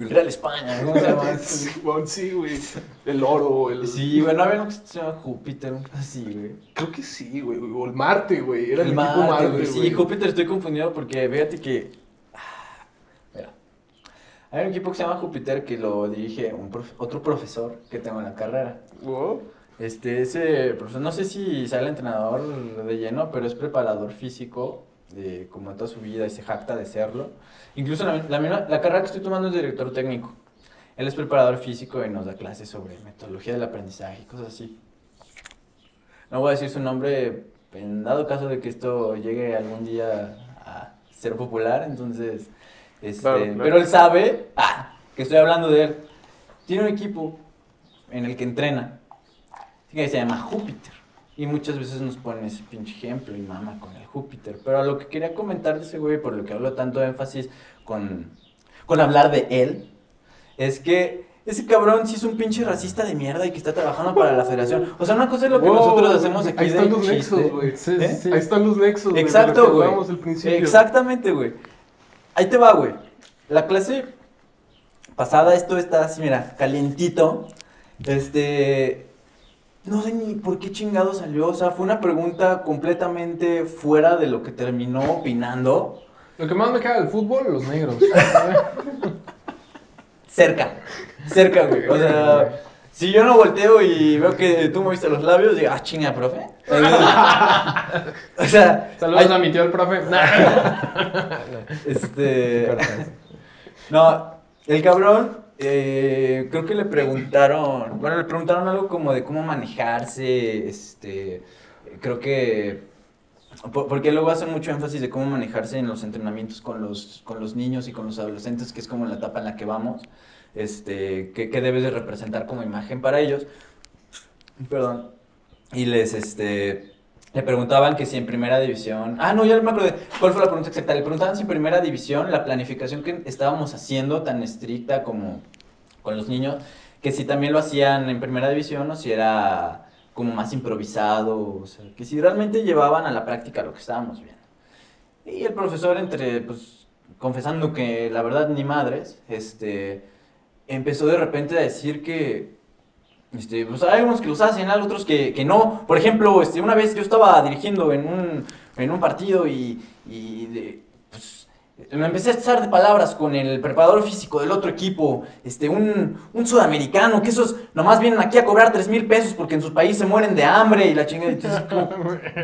A: El Real España, ¿cómo se llama?
D: Simón, sí, güey. El oro, el...
A: Sí, güey, no había uno que se llama Júpiter, un- así, güey.
D: Creo que sí, güey. O el Marte, güey. Era el,
A: El
D: equipo
A: Marte,
D: Marte,
A: güey.
D: güey.
A: Sí, Júpiter estoy confundido porque fíjate que. Ah, Mira. Hay un equipo que se llama Júpiter que lo dirige un prof- otro profesor que tengo en la carrera.
D: Wow.
A: Este, ese profesor, no sé si sea el entrenador de lleno, pero es preparador físico, eh, como en toda su vida, y se jacta de serlo. Incluso la, la misma- la carrera que estoy tomando es director técnico. Él es preparador físico y nos da clases sobre metodología del aprendizaje y cosas así. No voy a decir su nombre en dado caso de que esto llegue algún día a ser popular, entonces, este,
D: Claro, claro.
A: pero él sabe ah, que estoy hablando de él. Tiene un equipo en el que entrena, que se llama Júpiter. Y muchas veces nos ponen ese pinche ejemplo y mama con el Júpiter. Pero a lo que quería comentar de ese güey, por lo que hablo tanto de énfasis con, con hablar de él, es que ese cabrón sí es un pinche racista de mierda y que está trabajando para la federación. O sea, una cosa es lo que
D: Wow,
A: nosotros hacemos aquí
D: ahí
A: de
D: están los
A: chiste.
D: nexos, güey.
C: Sí, sí,
A: ¿Eh?
C: sí.
D: Ahí están los nexos, güey. de lo que
A: Exacto, güey.
D: hablábamos al principio.
A: Exactamente, güey. Ahí te va, güey. La clase pasada, esto está así, mira, calientito. Este. No sé ni por qué chingado salió. O sea, fue una pregunta completamente fuera de lo que terminó opinando.
C: Lo que más me caga del fútbol, los negros.
A: Cerca. Cerca, güey. O sea, si yo no volteo y veo que tú moviste los labios, digo, ah, chinga, profe. o sea,
C: Saludos
A: ay,
C: a mi tío el profe. Nah.
A: este. No, el cabrón, eh, creo que le preguntaron, bueno, le preguntaron algo como de cómo manejarse, este, creo que, po- porque luego hacen mucho énfasis de cómo manejarse en los entrenamientos con los, con los niños y con los adolescentes, que es como la etapa en la que vamos, este, que, que debes de representar como imagen para ellos, perdón, y les, este... Le preguntaban que si en primera división. Ah, no, ya me acordé. ¿Cuál fue la pregunta exacta? Le preguntaban si en primera división la planificación que estábamos haciendo tan estricta como con los niños, que si también lo hacían en primera división o si era como más improvisado, o sea, que si realmente llevaban a la práctica lo que estábamos viendo. Y el profesor, entre, pues, confesando que la verdad ni madres, este, empezó de repente a decir que, este, pues hay unos que los hacen, hay otros que, que no. Por ejemplo, este, una vez yo estaba dirigiendo en un, en un partido y, y de- pues, Me empecé a echar de palabras con el preparador físico del otro equipo, este, un, un sudamericano, que esos nomás vienen aquí a cobrar 3 mil pesos porque en su país se mueren de hambre y la chingada. y entonces, como,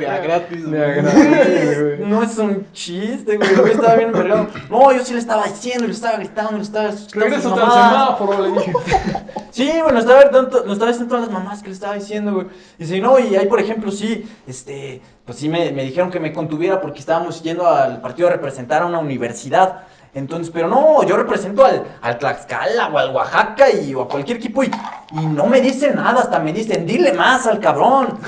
D: De a gratis,
C: De a
D: güey.
C: gratis.
A: Güey, No es un chiste, güey. Yo estaba bien vergado. No, yo sí le estaba diciendo, le estaba gritando, le estaba gritando.
D: Regresa al semáforo, le dije.
A: Sí, bueno, estaba, tanto, lo estaba diciendo todas las mamás que le estaba diciendo, güey. Dice, no, y ahí, por ejemplo, sí, este, pues sí me, me dijeron que me contuviera porque estábamos yendo al partido a representar a una universidad. Entonces, pero no, yo represento al, al Tlaxcala o al Oaxaca y, o a cualquier equipo y, y no me dicen nada, hasta me dicen, dile más al cabrón.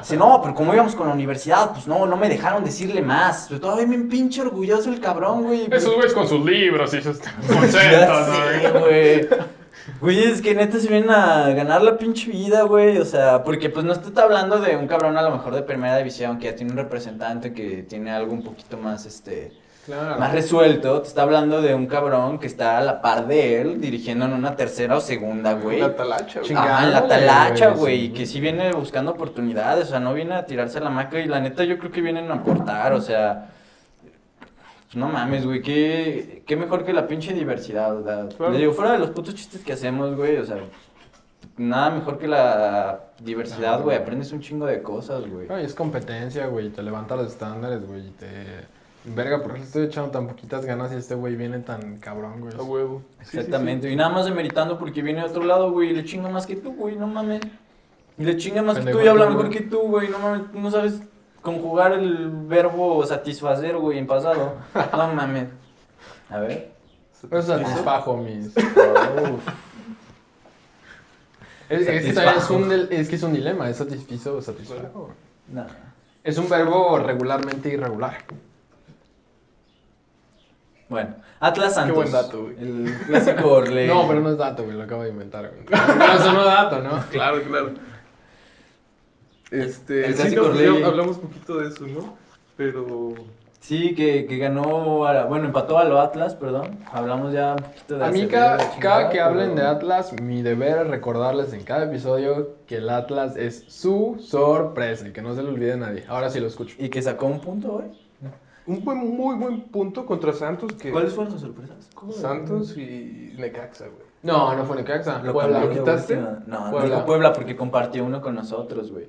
A: Dice, no, pero como íbamos con la universidad, pues no, no me dejaron decirle más. Pero todavía bien pinche orgulloso el cabrón, güey.
E: Esos güeyes con sus libros y sus
A: Ya
E: conceptos,
A: sé,
E: ¿no?
A: güey. Güey, es que neta se vienen a ganar la pinche vida, güey. O sea, porque pues no estoy hablando de un cabrón a lo mejor de primera división que ya tiene un representante que tiene algo un poquito más, este,
C: Claro.
A: más resuelto. Te está hablando de un cabrón que está a la par de él dirigiendo en una tercera o segunda, güey.
D: La talacha, güey.
C: Chinga.
A: Ah, en la
C: Chingándole,
A: talacha,
C: güey,
A: güey,
C: sí.
A: que sí viene buscando oportunidades, o sea, no viene a tirarse a la maca y la neta yo creo que vienen a aportar, o sea, pues, no mames, güey, qué, qué mejor que la pinche diversidad, o sea,
D: Claro.
A: le digo, fuera de los putos chistes que hacemos, güey, o sea, nada mejor que la diversidad, güey, aprendes un chingo de cosas, güey.
C: No, y es competencia, güey. Te levanta los estándares, güey. y Te. Verga, ¿por qué le estoy echando tan poquitas ganas y este güey viene tan cabrón,
E: Ah,
C: güey?
D: A huevo. Sí, sí, sí.
A: Exactamente, y nada más demeritando porque viene de otro lado, güey, y le chinga más que tú, güey, no mames. Y le chinga más que
C: Pendejo
A: tú y habla
C: tú,
A: mejor
C: güey.
A: que tú, güey, no mames, no sabes conjugar el verbo satisfacer, güey, en pasado. No mames. A ver.
C: Pero satisfajo, mis. Es, es que también es
A: Satisfajo.
C: un, del- es que es un dilema, ¿es satisfizo o satisfajo?
A: No.
C: Es un verbo regularmente irregular.
A: Bueno, Atlas Santos.
D: buen dato, güey.
A: El clásico Orle.
C: No, pero no es dato, güey, lo acabo de inventar, güey. Pero eso no es dato, ¿no?
D: Claro, claro. Este,
A: El
D: sí,
A: clásico
D: no,
A: rey.
D: ya hablamos un poquito de eso, ¿no? Pero
A: Sí, que, que ganó, a la- bueno, empató a lo Atlas, perdón. Hablamos ya un poquito de
C: A mí
A: Acevedo,
C: cada,
A: la chingada,
C: cada que
A: pero-
C: hablen de Atlas, mi deber es recordarles en cada episodio que el Atlas es su sorpresa y que no se le olvide a nadie. Ahora sí lo escucho.
A: Y que sacó un punto, güey.
D: un buen, muy buen punto contra Santos que
A: ¿Cuáles fueron sus sorpresas?
D: Santos y Necaxa, güey.
C: No, no fue Necaxa.
A: Lo
C: Puebla.
A: cambió de
D: quitaste?
A: última. No,
C: Puebla.
A: dijo Puebla porque compartió uno con nosotros, güey.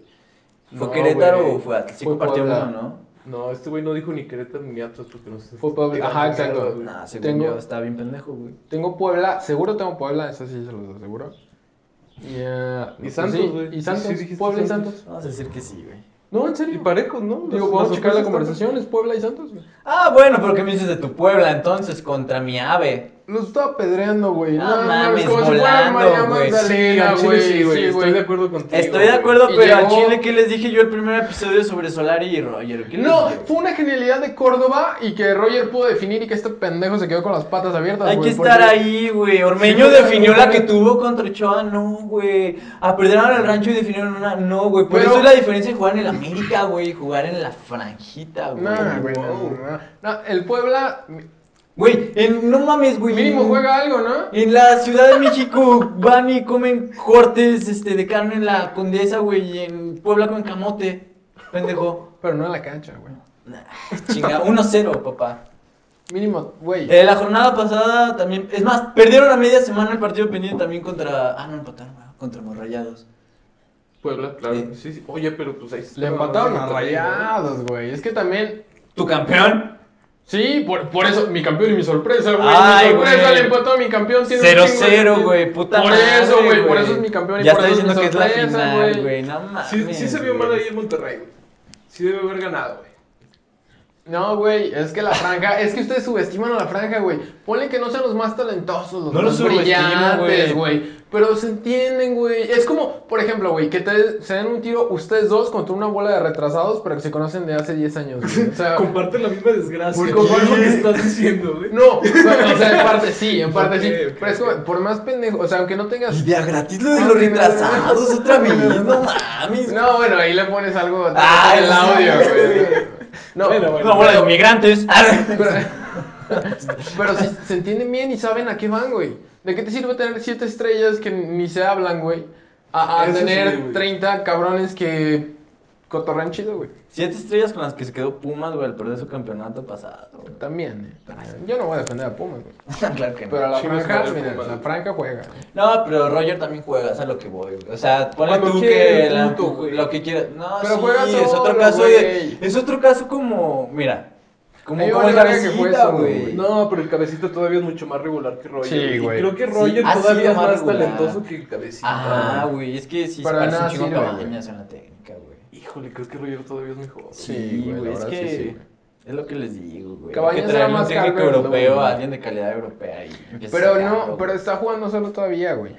A: ¿Fue
C: No,
A: Querétaro
C: güey.
A: o fue Atlas? Sí
C: Fue
A: compartió
C: Puebla.
A: uno, ¿no?
D: No, este güey no dijo ni Querétaro ni Atlas porque no sé.
C: Fue Puebla. Ajá, exacto.
A: Nah, según
C: Tengo-
A: yo, está bien pendejo, güey.
C: Tengo Puebla, seguro tengo Puebla, eso sí se los aseguro. Y, eh,
D: Y
C: pues
D: Santos,
C: sí,
D: güey.
C: Y
D: Sí,
C: Santos,
D: sí dijiste
C: Puebla
D: Santos.
C: y Santos.
A: Vamos a decir que sí, güey.
C: No, en
D: Y
C: serio.
D: parejos, ¿no?
C: Digo,
D: Las-
C: puedo
D: las
C: checar la
D: sorpresas
C: conversación, es Puebla y Santos, güey.
A: Ah, bueno, pero ¿qué me dices de tu Puebla entonces contra mi ave?
C: Los estaba pedreando, güey.
A: No mames, volando, güey.
D: están- Sí,
C: Magdalena,
D: al chile sí, güey.
C: sí,
D: estoy de acuerdo contigo.
A: Estoy de acuerdo,
C: Y
A: pero al
C: llegó-
A: Chile, ¿qué les dije yo el primer episodio sobre Solari y Roger? ¿Qué les
C: No,
A: dije?
C: fue una genialidad de Córdoba y que Roger pudo definir y que este pendejo se quedó con las patas abiertas.
A: Hay que
C: Ah, güey,
A: estar
C: porque-
A: ahí, güey. Ormeño
C: Sí,
A: definió
C: güey.
A: la que tuvo contra Ochoa, no, güey. Ah, perdieron el rancho y definieron una, no, güey. Por
C: Pero-
A: eso es la diferencia de jugar en el América, güey, y jugar en la franjita, güey.
C: No, güey, no,
A: Wow.
C: no, no. el Puebla
A: Güey, en- no mames, güey.
C: mínimo
A: en-
C: juega algo, ¿no?
A: En la Ciudad de México van y comen cortes este, de carne en la Condesa, güey, y en Puebla comen camote, pendejo.
C: Pero no en la cancha, güey.
A: Nah, Chinga, 1-0, papá.
C: Mínimo, güey.
A: Eh, la jornada pasada también, es más, perdieron a media semana el partido pendiente también contra, ah, no empataron, güey, contra Morrayados.
D: Puebla, claro.
A: Sí.
D: Sí, sí. Oye, pero pues ahí está.
C: Le empataron a rayados, güey. Es que también.
A: ¿Tu campeón?
C: Sí, por, por eso, mi campeón y mi sorpresa, güey.
A: Ay,
C: mi sorpresa
A: güey.
C: le empató a mi campeón. tiene un chingo de-
A: 0-0, güey, puta
C: Por
A: madre,
C: eso, güey, por eso es mi campeón y
A: Ya
C: por
A: está
C: eso es mi
A: diciendo que es la
C: sorpresa,
A: final,
C: güey.
A: güey, no mames.
D: Sí, sí se vio
A: güey.
D: mal ahí en Monterrey, güey. Sí debe haber ganado, güey.
C: No, güey, es que la franja, es que ustedes subestiman a la franja, güey. Ponle que no sean los más talentosos, los
A: No los
C: más
A: subestimo,
C: brillantes,
A: güey.
C: güey. Pero se entienden, güey. Es como, por ejemplo, güey, que te, se den un tiro ustedes dos contra una bola de retrasados, pero que se conocen de hace 10 años, güey. O sea,
D: Comparten la misma desgracia.
C: Porque-
D: comparten lo que estás diciendo, güey.
C: no, o sea, en parte sí, en parte
D: Ok,
C: sí.
D: ok,
C: pero es como, por más pendejo, o sea, aunque no tengas...
A: Y de a gratis
C: Ah,
A: lo de los retrasados otra vez, no mames.
C: No, bueno, ahí le pones algo
A: Ah,
C: el
A: sí,
C: audio, güey.
A: güey.
C: No,
D: Bueno, bueno.
A: No, bola de migrantes.
C: Pero, pero si se entienden bien y saben a qué van, güey. ¿De qué te sirve tener siete estrellas que ni se hablan, güey? A, a
D: Eso sí,
C: tener
D: güey.
C: 30 cabrones que cotorran chido, güey.
A: Siete estrellas con las que se quedó Pumas, güey, al perder su campeonato pasado. güey.
C: También, eh. También. Yo no voy a defender a Pumas, güey.
A: claro que no.
C: Pero a la
D: Sí, me
C: franja,
D: espero,
C: mira,
D: Pumas.
C: la franja juega.
A: No, pero Roger también juega, es a lo que voy. güey. O sea, ponle
D: Cuando
A: tú
D: quiere,
A: que la-
D: punto, güey.
A: lo que quieras. No,
C: Pero
A: sí,
C: juega
A: es otro
C: solo,
A: caso de,
C: güey.
A: es otro caso como, mira, como,
C: Ahí
A: como
C: vale
A: el
C: verga que juegue
A: cabecita,
C: solo,
A: güey.
C: güey.
D: No, pero el cabecita todavía es mucho más regular que Roger.
C: Sí,
D: y
C: güey.
D: creo que Roger
A: ha sido
D: todavía es
A: Ah, más
D: más
A: regular.
D: talentoso que el cabecita.
A: Ajá, güey, es que sí se
C: Para
A: parece
C: nada
A: un chingo a
C: sirve,
A: Cabañas en la técnica, güey.
D: Híjole, creo que Roger todavía es mejor.
C: Sí, güey, la
A: es
C: verdad
A: que
C: sí, sí, güey.
A: es lo que les digo, güey. Hay
C: Cabañas
A: que
C: era
A: traerle un
C: más
A: técnico
C: Calvert,
A: europeo,
C: güey.
A: a alguien de calidad europea y empieza a
C: Pero
A: sacarlo,
C: no,
A: güey.
C: pero está jugando solo todavía, güey.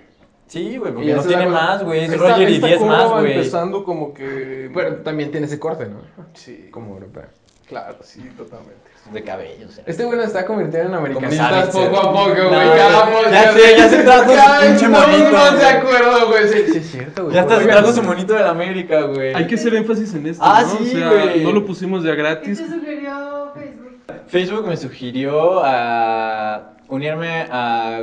A: Sí, güey,
C: Y
A: porque no
C: esa
A: tiene
C: es la-
A: más, güey. Es
D: Esta-
A: Roger y
D: esta
A: 10
D: curva
A: más,
D: va
A: güey.
D: empezando como que...
C: Pero también tiene ese corte, ¿no?
D: Sí,
C: Como europeo.
D: claro, sí, totalmente.
A: De cabello, o sea.
C: Este güey lo está convirtiendo en
A: Como
C: americanista
A: Sabitzer.
C: poco a poco, güey.
A: No,
C: cada
A: ya
C: podcast-
A: sé, ya se trajo su
C: cada vez
A: pinche
C: estamos
A: monito,
C: más de
A: güey.
C: acuerdo, güey. Sí, sí, es cierto, güey.
A: Ya está
C: Oigan,
A: sacando su monito de la América, güey.
D: Hay que hacer énfasis en esto,
A: Ah,
D: ¿no?
A: sí,
D: o sea,
A: güey.
D: no lo pusimos ya
F: ¿Qué
D: gratis.
F: te sugirió Facebook?
A: Facebook me sugirió a unirme a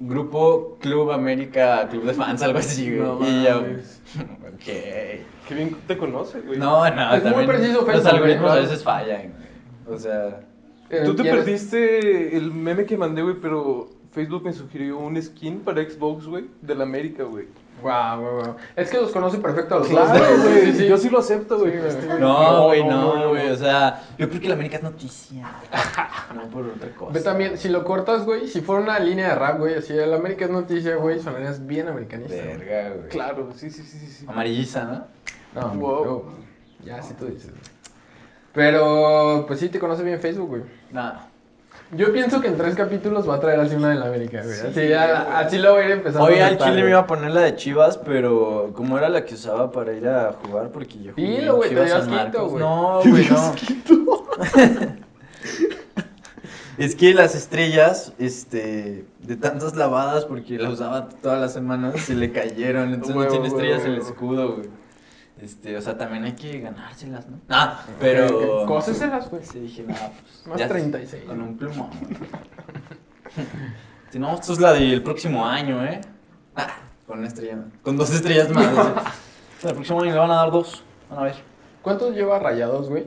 A: grupo Club América, Club de Fans, algo así, güey.
D: No
A: y yo,
D: mames.
A: ok.
D: Qué bien te conoce, güey.
A: No, no,
C: Es muy
A: también
C: preciso
A: los
C: Facebook,
A: algoritmos
C: güey.
A: a veces fallan, güey. O sea,
C: eh,
D: Tú te
C: ¿quieres-
D: perdiste el meme que mandé, güey, pero Facebook me sugirió un skin para Xbox, güey, del América, güey.
C: Guau, guau, guau. Es que los conoce perfecto a los
D: Claro,
C: dos,
D: güey.
C: Sí, sí.
D: Yo sí lo acepto, güey.
C: Sí, güey.
D: Este, güey,
A: no, güey, no, güey. O sea, yo creo que la América es noticia, güey. No por otra cosa.
C: Ve también, si lo cortas, güey, si fuera una línea de rap, güey, así, el América es noticia, güey, sonarías bien americanista. güey.
A: Verga, güey.
D: Claro, sí, sí, sí, sí, sí.
A: Amarilliza, ¿no?
C: No,
D: Wow.
C: no, ya, sí tú dices. güey. Pero, pues sí, te conoce bien Facebook, güey.
A: Nada.
C: Yo pienso que en tres capítulos va a traer así una de la América, güey.
A: Sí,
C: así, ya-
A: güey.
C: así lo voy a ir empezando.
A: Hoy
C: a
A: al
C: notar,
A: Chile me
C: güey.
A: iba a poner la de Chivas, pero como era la que usaba para ir a jugar, porque yo jugué
C: Dilo,
A: en
C: güey, te
A: Chivas
C: dio
A: San Marcos.
C: asquito, güey.
A: No, güey, no. Es que las estrellas, este, de tantas lavadas, porque la usaba todas las semanas, se le cayeron, entonces
D: Huevo,
A: no tiene
D: huevo,
A: estrellas el
D: huevo.
A: escudo, güey. Este, o sea, también hay que ganárselas, ¿no? Ah, pero...
C: Eh, Cóseselas, güey.
A: Sí, dije, nada, pues...
C: Más
A: ya,
C: 36.
A: Con un plumón, güey. Si no, esto es la del próximo año, ¿eh? Ah, con una estrella más. Con dos estrellas más. ¿eh? El próximo año le van a dar dos. Van a ver.
C: ¿Cuántos lleva rayados, güey?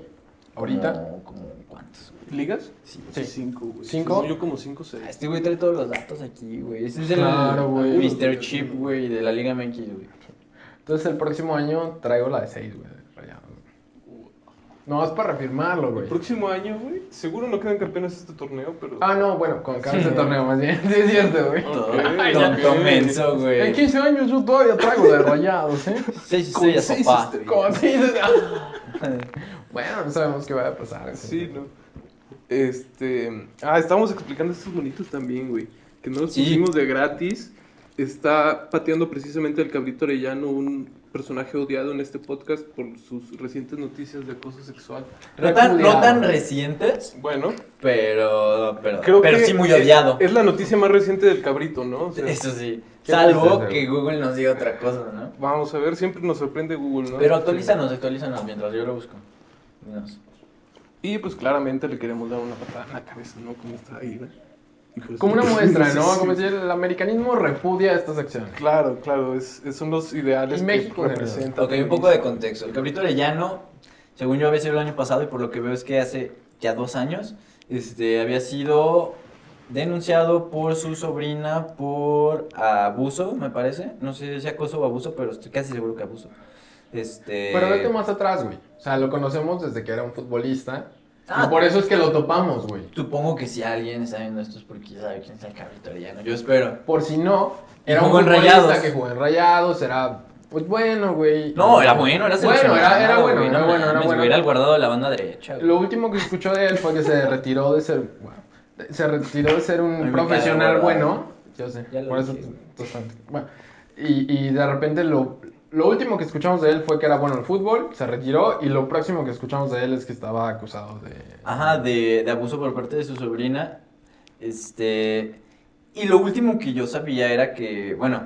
C: Ahorita.
A: Como, como ¿cuántos? güey?
D: ¿Ligas?
A: Sí.
D: Cinco, güey.
C: ¿Cinco?
D: Según Yo como cinco, seis.
A: Ah, Este güey trae todos los datos aquí, güey. Ese es el
C: Claro, güey.
A: Mr. Chip, güey, de la Liga MX, güey.
C: Entonces el próximo año traigo la de 6, güey, de rayados. güey. No, es para reafirmarlo,
D: El
C: güey.
D: próximo año, güey. Seguro no quedan campeones este torneo, pero.
C: Ah, no, bueno, con cada este torneo más bien. Sí, es cierto, güey.
A: Todo
D: Ay,
A: tonto
D: ya.
A: menso,
C: En
A: güey.
C: 15 años yo todavía traigo de rayados, ¿eh?
A: Seis estrellas,
D: seis
A: papá.
D: estrellas.
C: Como así dices, ah. Bueno, no sabemos qué va a pasar.
D: Sí, no. Este. Ah, estábamos explicando estos bonitos también, güey. Que no los
A: Sí.
D: pusimos de gratis. Está pateando precisamente el cabrito Arellano, un personaje odiado en este podcast por sus recientes noticias de acoso sexual.
A: No tan, no
C: Repudiado.
A: tan recientes,
D: Bueno,
A: pero, pero,
D: creo
A: pero
D: que
A: sí muy
D: es-
A: odiado.
D: Es, la noticia más reciente del cabrito, ¿no? O sea,
A: Eso sí.
C: ¿Qué
A: Salvo
C: tristeza,
A: que Google nos diga otra cosa, ¿no?
D: Vamos a ver, siempre nos sorprende Google, ¿no?
A: Pero actualízanos, actualízanos mientras yo lo busco. Dinos.
D: Y pues claramente le queremos dar una patada en la cabeza, ¿no? Como está ahí, ¿no? Y por eso-
C: Como una muestra,
D: Sí,
C: ¿no?
D: sí.
C: Como si el americanismo repudia estas acciones.
D: Claro, claro, es, es- son los ideales
C: Y México,
D: que
C: en
D: representa.
A: Ok, un poco de contexto. El cabrito orellano, según yo había sido el año pasado y por lo que veo es que hace ya dos años, este, había sido denunciado por su sobrina por abuso, me parece. No sé si acoso o abuso, pero estoy casi seguro que abuso.
D: Eh.
A: Este...
C: Pero vete más atrás, güey. O sea, lo conocemos desde que era un futbolista.
A: Ah,
C: y por eso es que lo topamos, güey.
A: Supongo que si alguien está viendo esto es porque sabe quién es el cabrito orellano. Yo espero.
C: Por si no, era un
A: jugó en
C: futbolista
A: Rayados.
C: que jugó en rayados, era pues bueno, güey.
A: No, era bueno, era
C: Bueno, era, era
A: seleccionado,
C: bueno,
A: güey, no
C: era bueno, era
A: mames,
C: bueno.
A: güey, Era el guardado de la banda derecha. güey.
C: Lo último que escuchó de él fue que se retiró de ser. bueno, se retiró de ser
A: Ay, me
C: un
A: cae,
C: profesional
A: guardado.
C: bueno. Yo sé.
A: Ya lo
C: Por eso.
A: dije.
C: tú estás- Bueno, y, y de repente lo, lo último que escuchamos de él fue que era bueno el fútbol, se retiró. Y lo próximo que escuchamos de él es que estaba acusado de.
A: Ajá, de, de abuso por parte de su sobrina. Este. Y lo último que yo sabía era que, bueno,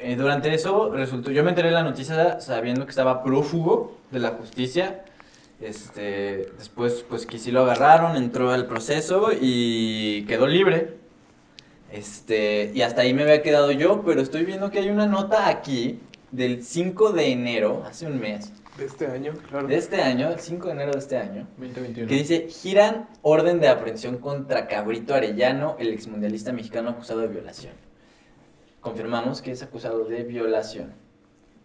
A: eh, durante eso resultó. Yo me enteré de la noticia sabiendo que estaba prófugo de la justicia. Este. Después, pues que sí lo agarraron, entró al proceso y quedó libre. Este. Y hasta ahí me había quedado yo, pero estoy viendo que hay una nota aquí del 5 de enero, hace un mes
D: de este año, claro.
A: de este año, el 5 de enero de este año,
C: 2021.
A: que dice, giran orden de aprehensión contra Cabrito Arellano, el exmundialista mexicano acusado de violación. Confirmamos que es acusado de violación.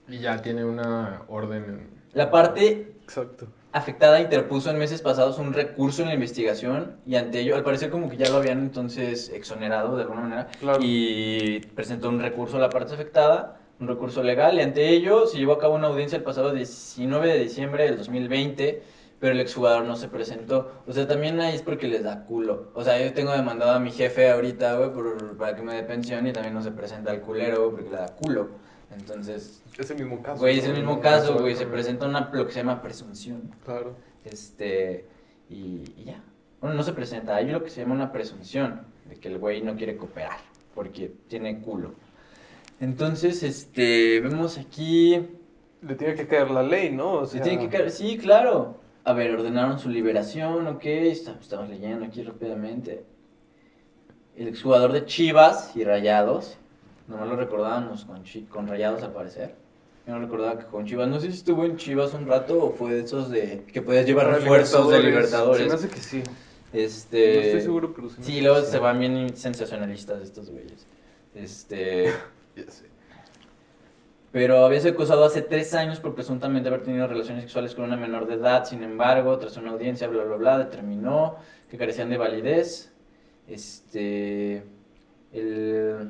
C: Y ya tiene una orden. en-
A: La parte
D: Exacto.
A: afectada interpuso en meses pasados un recurso en la investigación y ante ello, al parecer como que ya lo habían entonces exonerado de alguna manera
D: Claro.
A: y presentó un recurso a la parte afectada, un recurso legal y ante ello se llevó a cabo una audiencia el pasado 19 de diciembre del 2020, pero el exjugador no se presentó. O sea, también ahí es porque les da culo. O sea, yo tengo demandado a mi jefe ahorita, güey, por- para que me dé pensión y también no se presenta el culero, güey, porque le da culo. Entonces,
D: Es el mismo caso.
A: güey, es el mismo caso, güey, se
D: Claro.
A: presenta una, lo que se llama presunción.
D: Claro.
A: Este, y, y ya. Bueno, no se presenta. Hay lo que se llama una presunción de que el güey no quiere cooperar porque tiene culo. Entonces, este, vemos aquí.
D: Le tiene que caer la ley, ¿no? O
A: Se
D: sea,
A: tiene que caer- Sí, claro. A ver, ordenaron su liberación, ok. está- Estamos leyendo aquí rápidamente. El exjugador de Chivas y Rayados. Nomás lo recordábamos con, Chi- con Rayados al parecer. Yo no recordaba que con Chivas. No sé si estuvo en Chivas un rato o fue de esos de que puedes llevar
D: para
A: refuerzos de
D: Se me
A: Libertadores.
D: hace que sí.
A: Este.
D: No estoy seguro, pero se me
A: Sí,
D: hace
A: luego
D: que
A: se van bien sensacionalistas estos güeyes. Este.
D: Ya sé.
A: Pero había sido acusado hace tres años por presuntamente haber tenido relaciones sexuales con una menor de edad. Sin embargo, tras una audiencia, bla, bla, bla, determinó que carecían de validez. Este. El.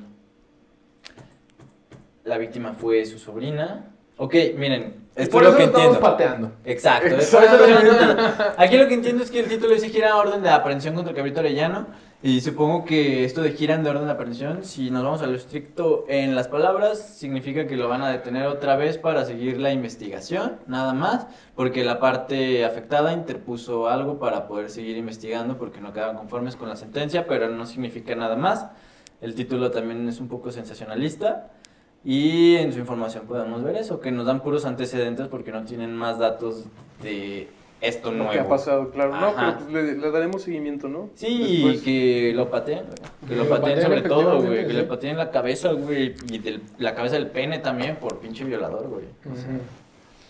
A: La víctima fue su sobrina. Ok, miren.
C: Y
A: Esto
C: por
A: es lo
C: eso
A: que
C: lo estamos
A: entiendo.
C: pateando.
A: Exacto. es por eso que no entiendo. Aquí lo que entiendo es que el título dice gira orden de aprehensión contra el cabrito Arellano. Y supongo que esto de giran de orden de aprehensión, si nos vamos a lo estricto en las palabras, significa que lo van a detener otra vez para seguir la investigación, nada más, porque la parte afectada interpuso algo para poder seguir investigando porque no quedaban conformes con la sentencia, pero no significa nada más. El título también es un poco sensacionalista. Y en su información podemos ver eso, que nos dan puros antecedentes porque no tienen más datos de esto
D: Lo que ha
A: nuevo.
D: pasado, claro. No,
A: Ajá.
D: pero pues le, le daremos seguimiento, ¿no?
A: Sí,
D: Después.
A: y que lo pateen, güey. Que
C: Que
A: lo
C: lo
A: pateen
C: pateen,
A: sobre todo, güey.
C: efectivamente,
A: Que
C: sí.
A: le pateen la cabeza, güey. Y del- la cabeza del pene también por pinche violador, güey.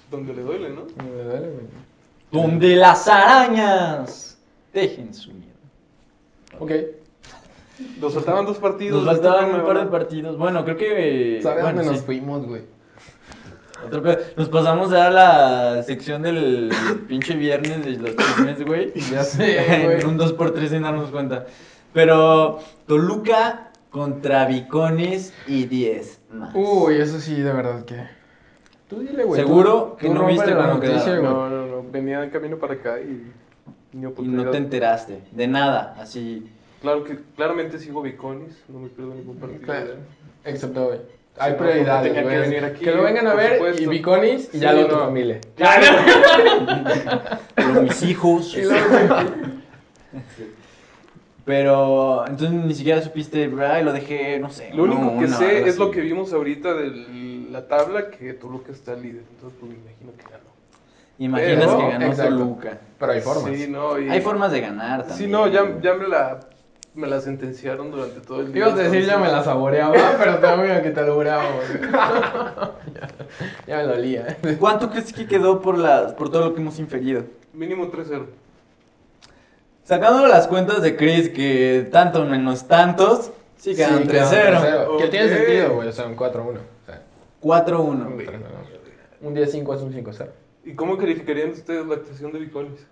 D: Donde le duele, ¿no?
C: Dale, dale, güey.
A: Donde las arañas dejen su miedo.
C: Ok.
D: Nos faltaban dos partidos.
A: Nos faltaban
D: este
A: un par de
D: programa.
A: partidos. Bueno, creo que. eh,
C: ¿Sabes
A: bueno,
C: dónde nos
A: sí.
C: fuimos, güey?
A: Otro pedo. Nos pasamos ya a la sección del pinche viernes de los chismes, güey.
C: Ya sé, güey.
A: en un 2x3 sin darnos cuenta. Pero Toluca contra Bicones y 10 más.
C: Uy, eso sí, de verdad que. Tú dile, güey.
A: Seguro
C: tú-
A: que
C: tú
A: no
C: rómpele
A: viste
C: la
A: cómo
C: noticia,
A: quedaron,
C: güey.
D: No, no, no. Venía de camino para acá y. Ni
A: Y no
D: oportunidad.
A: te enteraste de nada, así.
D: Claro que claramente sigo Biconis. No me pierdo ningún partido.
C: Claro. Excepto hoy. Hay
D: no,
C: prioridades,
D: tenía que
C: güey. Que,
D: venir aquí,
C: lo vengan a
D: por
C: ver
D: supuesto.
C: y biconis y
D: Sí,
C: ya lo
D: no.
C: otro familia.
A: Pero mis hijos. Pero entonces ni siquiera supiste, ay, lo dejé, no sé.
D: Lo único
A: no,
D: que
A: una
D: sé
A: hora
D: es lo
A: así.
D: que vimos ahorita de la tabla, que Toluca está líder. Entonces, pues me imagino que ganó.
A: Imaginas
D: Pero-
A: que ganó
C: Exacto.
A: Toluca.
C: Pero hay formas.
D: Sí, no, y...
A: Hay formas de ganar también.
D: Sí, no, ya, ya me la me la sentenciaron durante todo el día.
C: Ibas a decir, ya me la saboreaba, pero te voy a que te lo bravo, güey. Ya me lo olía. eh.
A: ¿Cuánto crees que quedó por, las, por todo lo que hemos inferido?
D: Mínimo 3-0.
A: Sacando las cuentas de Chris, que tanto menos tantos, sí quedan 3-0.
C: 3-0. Que tiene
D: Ok.
C: sentido, güey. O sea, un 4-1. O sea,
A: 4-1.
C: un 3-0. Un 10-5 es un 5-0.
D: ¿Y cómo calificarían ustedes la actuación de Biconis?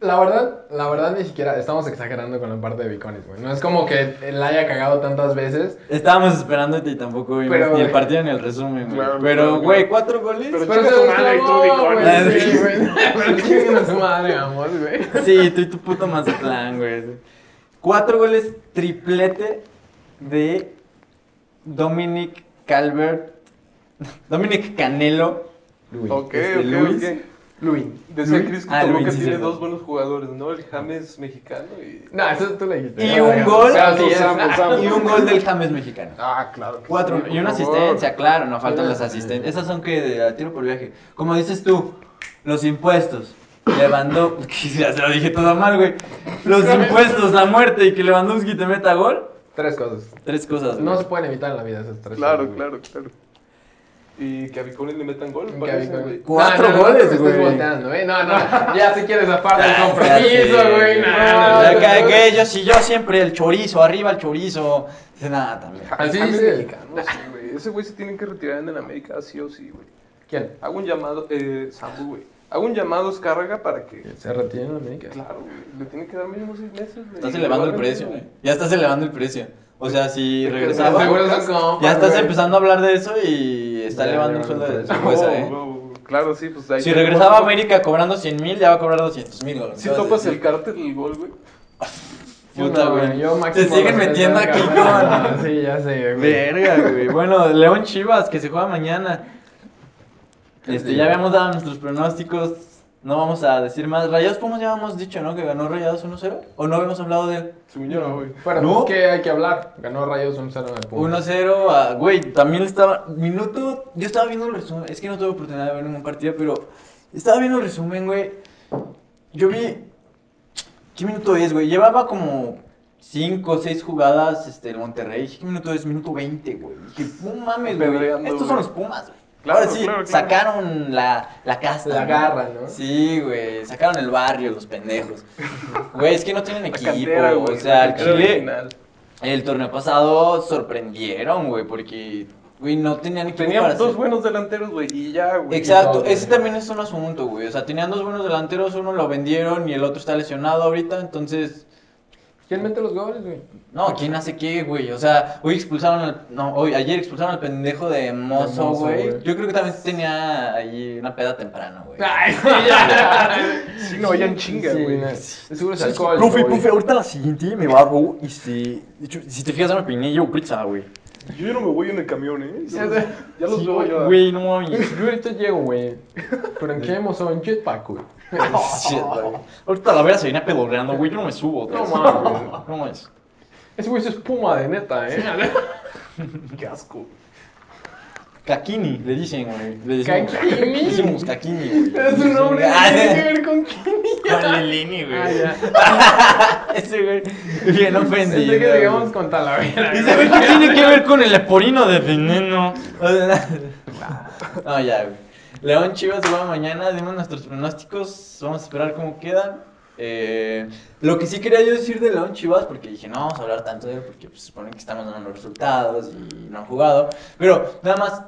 C: La verdad, la verdad ni siquiera estamos exagerando con la parte de biconis, güey. No es como que la haya cagado tantas veces.
A: Estábamos esperándote y tampoco vimos
C: Pero,
A: ni el
C: güey.
A: partido ni el resumen, güey.
D: Claro,
A: Pero,
D: claro,
A: güey,
D: claro.
A: ¿cuatro goles?
D: Pero-
C: Pero
D: chinga
C: se
D: tu madre y
C: desclavó,
D: tú biconis.
C: güey. Sí, güey. Pero chinguen a su madre, amor, güey.
A: Sí, tú y tu puto Mazatlán, güey. Cuatro goles triplete de Dominic Calvert. Dominic Canelo.
C: Luis.
D: ok,
A: este,
D: ok,
A: Luis.
D: ok.
C: Luis.
D: Decía
A: Luis-
D: Chris que
A: Ah,
D: Toluca
A: Luis, sí,
D: tiene
A: sí,
D: dos
A: sí.
D: buenos jugadores, ¿no? El James mexicano y...
C: No, eso tú le dijiste.
A: Y
C: Ya,
A: un
C: ya.
A: gol.
C: Ya, sí, ya.
A: Y un gol del James mexicano.
C: Ah, claro. que
A: Cuatro,
C: sí,
A: y una
C: por favor.
A: asistencia, claro, no faltan
C: Sí.
A: las asistencias. Esas son que de a tiro por viaje. Como dices tú, los impuestos. Lewandowski, ya se lo dije todo mal, güey. Los impuestos, la muerte y que Lewandowski te meta gol.
C: Tres cosas.
A: Tres cosas, güey. Pues,
C: No se pueden evitar en la vida esas tres
D: Claro,
C: cosas, güey.
D: claro, claro. y que a Bicones le metan gol.
C: Que
D: parece,
C: Bicones-
D: güey.
B: Cuatro
C: no, no,
B: goles,
C: no te estés
B: güey.
C: volteando, ¿eh? No, no, ya si quieres aparte el
A: Eso,
C: compromiso, güey. no, no,
A: Ya
C: no,
A: que
C: no.
A: que yo, si yo siempre el chorizo, arriba el chorizo. Dice, nada, también.
C: Así
D: James
C: dice.
D: Mexicano, Ah, sí, güey. Ese güey se tienen que retirar en el América, sí o sí, güey.
C: ¿Quién?
D: Hago un llamado, eh, Sambu, güey. Hago un llamado a Escárraga para que.
C: Se retira en América.
D: Claro, güey. Le tiene que dar mínimo seis meses, güey.
A: Estás elevando el precio, güey. Ya estás elevando el precio. O sea, si
D: Estaba-
A: regresaba.
C: Seguro son compas,
A: Ya estás
C: güey.
A: empezando a hablar de eso y está
C: Ya,
A: elevando
C: ya,
A: el sueldo de
C: pues,
D: No,
A: después, ¿eh?
D: no, claro, sí, pues ahí.
A: Si regresaba a América cobrando 100 mil, ya va a cobrar 200 mil.
D: Si topas el cártel del gol, güey.
A: Puta,
C: No,
A: güey.
C: Yo
A: Te
C: máximo
A: siguen
C: respeto
A: metiendo
C: al
A: aquí
C: cabrón.
A: con...
C: Sí, ya sé, güey.
A: Verga, güey. Bueno, León Chivas, que se juega mañana. Este, ya habíamos dado nuestros pronósticos. No vamos a decir más. Rayados, ¿cómo ya habíamos dicho, no? Que ganó Rayados 1-0. ¿O no habíamos hablado de él?
D: Según yo, no, güey.
C: Pero
A: No.
C: es que hay que hablar. Ganó Rayos 1-0 en el punto.
A: 1-0 a- Güey, también estaba... Minuto... Yo estaba viendo el resumen. Es que no tuve oportunidad de ver ningún partido, pero... Estaba viendo el resumen, güey. Yo vi... ¿Qué minuto es, güey? Llevaba como... 5 o 6 jugadas, este, el Monterrey. Dije, ¿qué minuto es? Minuto 20, güey. Dije, no mames, güey.
D: Pedreando,
A: Estos
D: güey.
A: son los Pumas, güey.
D: Claro,
A: Ahora sí,
D: claro, claro.
A: sacaron la, la casta.
C: La
A: ¿no?
C: garra, ¿no?
A: Sí, güey. Sacaron el barrio, los pendejos. Güey, es que no tienen
D: La
A: equipo.
D: cantera, güey.
A: o sea, al
D: la cantera
A: Chile.
D: original.
A: El torneo pasado sorprendieron, güey, porque, güey, no tenían equipo
D: Tenían
A: para
D: dos
A: hacer-
D: buenos delanteros, güey, y ya, güey.
A: Exacto,
C: No,
A: ese
C: güey.
A: también es un asunto, güey. O sea, tenían dos buenos delanteros, uno lo vendieron y el otro está lesionado ahorita, entonces,
C: ¿Quién mete los goles, güey?
A: no, ¿quién hace qué, güey? O sea, hoy expulsaron al, no, hoy, ayer expulsaron al pendejo de Mozo,
C: Mozo,
A: güey.
C: güey.
A: Yo creo que también tenía ahí una peda temprana, güey.
D: Ah,
C: Ay, sí, ya.
D: Sí, no, ya en chinga,
C: Sí,
D: güey.
C: no.
D: pues
C: Seguro es
A: ¿Sabes qué? Pues,
C: alcohol.
A: Profe,
C: güey.
A: profe, ahorita la siguiente me barro y si, de hecho, si te fijas ya me peiné yo, prisa, güey.
D: Yo ya no me voy en el camión, ¿eh? Ya,
C: Ya sé.
D: ya los
A: Sí,
D: veo yo.
A: Güey, no mames.
C: Yo ahorita llego, güey. Pero en qué emoción, jetpack, güey.
A: Shit, güey. Ahorita la vera se viene pedorreando, güey. Yo no me subo.
C: No
A: güey.
C: mames.
A: No mames.
C: Ese güey es espuma de neta, eh.
D: Qué asco.
A: Kakini, le dicen, güey. Le decimos.
C: ¿Kakini?
A: Le decimos Kakini, güey.
C: Es un hombre que tiene que
A: Ah,
C: ver con quién.
A: Con Lilini,
C: Ah,
A: güey.
C: ya.
A: Ese güey. Bien ofendido.
C: Pensé que digamos con Talavera.
A: Dice, güey, ¿qué tiene que ver con el eporino de veneno? O sea, No, ya, güey. León Chivas juega mañana, dimos nuestros pronósticos, vamos a esperar cómo quedan. Eh, lo que sí quería yo decir de León Chivas, porque dije, no vamos a hablar tanto de él, porque pues, suponen que estamos dando los resultados y no han jugado. Pero nada más,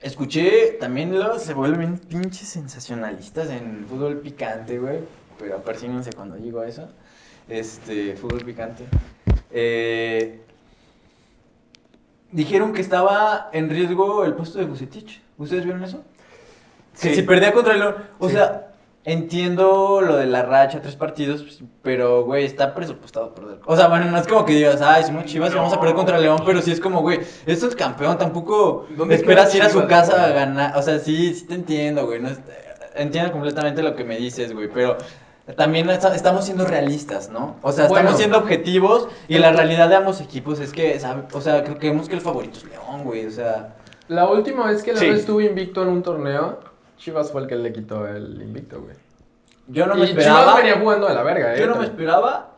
A: escuché también luego se vuelven pinches sensacionalistas en fútbol picante, güey. Pero apersínense cuando digo eso. Este, fútbol picante. Eh, dijeron que estaba en riesgo el puesto de Bucetich. ¿Ustedes vieron eso? Que si perdía contra el León. O sea, entiendo lo de la racha, tres partidos, pues, pero, güey, está presupuestado perder. O sea, bueno, no es como que digas, ay, somos chivas y vamos a perder contra León, pero sí es como, güey, esto es campeón, tampoco
D: ¿Dónde
A: esperas ir
D: queda
A: a su
D: Chivas,
A: casa a
D: güey?
A: ganar. O sea, sí, sí te entiendo, güey. No, es- entiendo completamente lo que me dices, güey, pero. También esta- estamos siendo realistas, ¿no? O sea, estamos
C: Bueno.
A: siendo objetivos y la realidad de ambos equipos es que, ¿sabe? o sea, creo que vemos que el favorito es León, güey, o sea...
C: La última vez que
D: Sí.
C: León estuvo invicto en un torneo, Chivas fue el que le quitó el invicto, güey.
A: Yo no me
C: y
A: esperaba...
C: Chivas venía jugando de la verga, eh.
A: Yo no me esperaba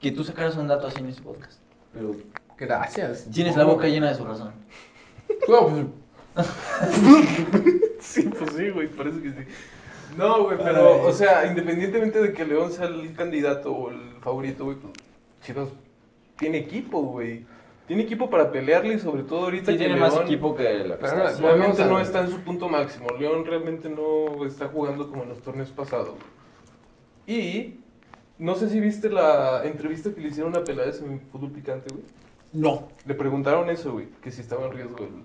A: que tú sacaras un dato así en ese podcast. Pero
C: Gracias.
A: tienes la boca llena de su razón.
C: No, pues,
D: Sí, pues sí, güey, parece que sí. No, güey, pero,
A: Ay.
D: o sea, independientemente de que León sea el candidato o el favorito, güey, pues, Chivas tiene equipo, güey. Tiene equipo para pelearle y sobre todo ahorita
A: Sí,
D: que
A: tiene más
D: León
A: equipo que la
C: Pero
A: prestación.
D: realmente
C: Vamos a-
D: no está en su punto máximo. León realmente no está jugando como en los torneos pasados. Y no sé si viste la entrevista que le hicieron a Peláez en Fútbol Picante, güey.
A: No.
D: Le preguntaron eso, güey, que si estaba en riesgo el,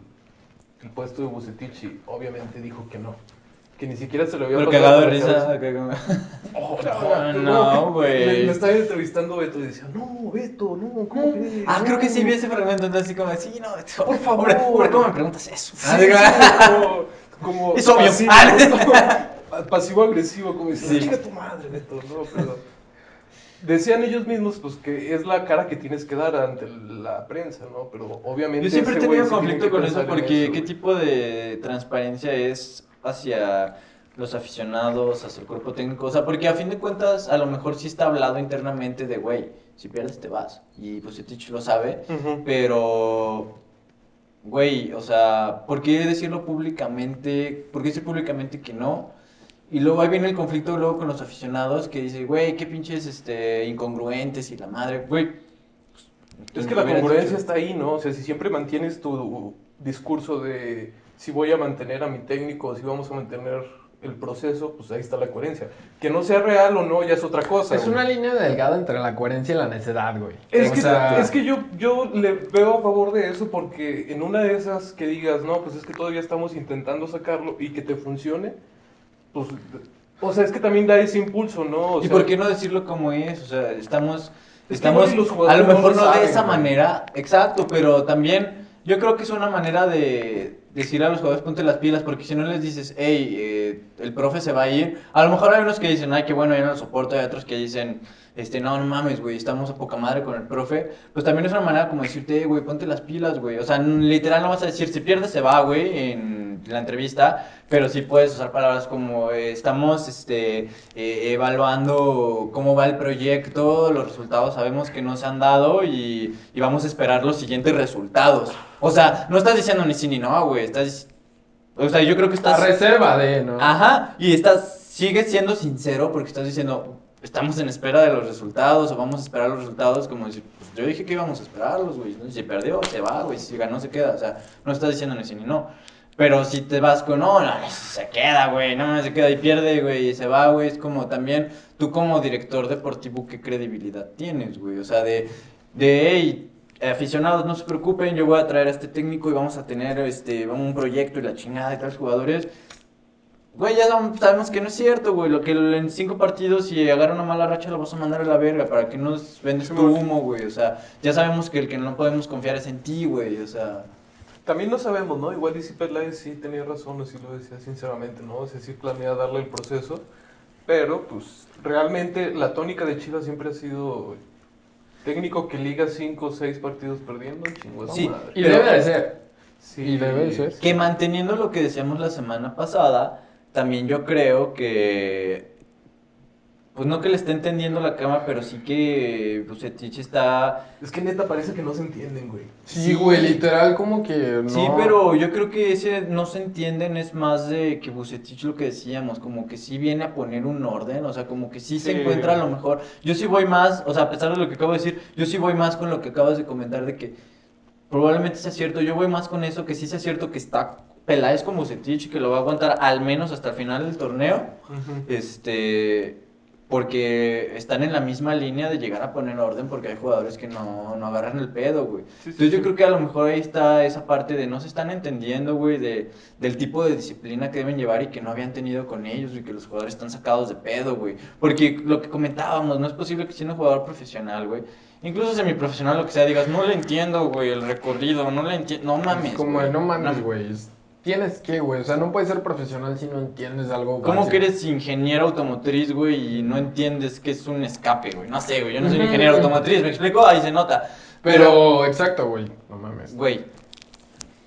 D: el puesto de Bucetich y obviamente dijo que no. Que ni siquiera se lo había
A: Pero
D: pasado
A: cagado de
D: por la cabeza.
A: risa. cagado-
D: Oh,
A: Ah,
D: no,
A: no, güey.
D: Me, me estaba entrevistando Beto y decía, no, Beto, no, ¿cómo crees?
A: Ah,
D: No".
A: creo que sí vi ese fragmento, entonces así como, sí, no, esto-
D: Por favor.
A: Hombre, hombre, ¿cómo me preguntas eso?
D: Sí,
A: Ah, digo,
D: sí, como, como
A: Es obvio.
D: pasivo,
A: Ah.
D: pa- pasivo-agresivo, como dice,
A: Sí.
D: chica tu madre, Beto, no, pero... Decían ellos mismos, pues, que es la cara que tienes que dar ante la prensa, ¿no? Pero obviamente...
A: Yo siempre he
D: ese
A: tenido
D: güey sí tiene
A: conflicto
D: que
A: con eso
D: pensar en
A: porque qué
D: güey.
A: tipo de transparencia es hacia los aficionados, hacia el cuerpo técnico. O sea, porque a fin de cuentas a lo mejor sí está hablado internamente de, güey, si pierdes te vas. Y pues Tich lo sabe,
D: Ujú.
A: pero... güey, o sea, ¿por qué decirlo públicamente? ¿Por qué decir públicamente que no? Y luego ahí viene el conflicto luego con los aficionados que dicen, güey, qué pinches este, incongruentes y la madre, güey.
D: Es que la congruencia está ahí, ¿no? O sea, si siempre mantienes tu discurso de si voy a mantener a mi técnico, o si vamos a mantener el proceso, pues ahí está la coherencia. Que no sea real o no, ya es otra cosa.
C: Es
D: güey.
C: una línea delgada entre la coherencia y la necedad, güey.
D: Es
C: O
D: que,
C: sea,
D: es que yo, yo le veo a favor de eso porque en una de esas que digas, no, pues es que todavía estamos intentando sacarlo y que te funcione, pues, o sea, es que también da ese impulso, ¿no? O
A: ¿Y
D: sea,
A: por qué no decirlo como es? O sea, estamos,
D: que
A: estamos,
D: igual y los
A: a
D: jugadores
A: lo mejor
D: no
A: no,
D: lo
A: de
D: saben,
A: esa
D: güey.
A: manera, exacto, pero también yo creo que es una manera de decir a los jugadores ponte las pilas, porque si no les dices, hey, el profe se va a ir, a lo mejor hay unos que dicen, ay, qué bueno, ya no lo soporto, hay otros que dicen, este, no, no mames, güey, estamos a poca madre con el profe, pues también es una manera como decirte, "Eh, güey, ponte las pilas, güey, o sea, n- literal no vas a decir, si pierdes se va, güey, en la entrevista, pero sí puedes usar palabras como, eh, estamos, este, eh, evaluando cómo va el proyecto, los resultados sabemos que no se han dado y, y vamos a esperar los siguientes resultados. O sea, no estás diciendo ni sí ni no, güey, estás... O sea, yo creo que
C: a
A: estás...
C: reserva de, ¿no?
A: Ajá, y estás, sigues siendo sincero porque estás diciendo, estamos en espera de los resultados o vamos a esperar los resultados, como decir, pues yo dije que íbamos a esperarlos, güey, ¿no? si perdió, se va, güey, si ganó, se queda, o sea, no estás diciendo ni sí ni no. Pero si te vas con, no, no, se queda, güey, no, se queda y pierde, güey, y se va, güey, es como también, tú como director deportivo, ¿qué credibilidad tienes, güey? O sea, de, de, hey, aficionados, no se preocupen, yo voy a traer a este técnico y vamos a tener, este, un proyecto y la chingada y tales jugadores, Güey, ya sab- sabemos que no es cierto, güey. Lo que el- en cinco partidos, si agarra una mala racha, lo vas a mandar a la verga para que no nos vendes tu humo, güey. O sea, ya sabemos que el que no podemos confiar es en ti, güey. O sea,
D: También no sabemos, ¿no? Igual DC Perlaes sí tenía razón, así lo decía sinceramente, ¿no? O sea, sí planea darle el proceso, pero pues realmente la tónica de Chivas siempre ha sido técnico que liga 5 o 6 partidos perdiendo, chingón.
A: Sí,
C: Y
A: Pero-
C: debe de ser.
D: Sí.
C: y debe ser.
A: que manteniendo lo que decíamos la semana pasada, también yo creo que. Pues no que le esté entendiendo la cama, pero sí que Bucetich está
D: Es que neta parece que no se entienden, güey.
C: Sí, güey, literal, como que no.
A: Sí, pero yo creo que ese no se entienden, es más de que Bucetich lo que decíamos, como que sí viene a poner un orden, o sea, como que sí, se
D: Sí.
A: encuentra a lo mejor. Yo sí voy más, o sea, a pesar de lo que acabo de decir, yo sí voy más con lo que acabas de comentar de que probablemente sea cierto, yo voy más con eso, que sí sea cierto que está Peláez con Bucetich, que lo va a aguantar al menos hasta el final del torneo, este, porque están en la misma línea de llegar a poner orden, porque hay jugadores que no, no agarran el pedo, güey.
D: Sí, sí,
A: Entonces yo
D: sí.
A: creo que a lo mejor ahí está esa parte de no se están entendiendo, güey, de, del tipo de disciplina que deben llevar y que no habían tenido con ellos y que los jugadores están sacados de pedo, güey. Porque lo que comentábamos, no es posible que siendo jugador profesional, güey, incluso semiprofesional, lo que sea, digas, no le entiendo, güey, el recorrido, no le entiendo, no mames.
C: Es como
A: güey,
C: de no mames, güey. es- Tienes que, güey. O sea, no puedes ser profesional si no entiendes algo.
A: ¿Cómo
C: básico.
A: que eres ingeniero automotriz, güey, y no entiendes que es un escape, güey? No sé, güey, yo no soy ingeniero automotriz, ¿me explico? Ahí se nota.
C: Pero, exacto, güey. No mames.
A: Güey,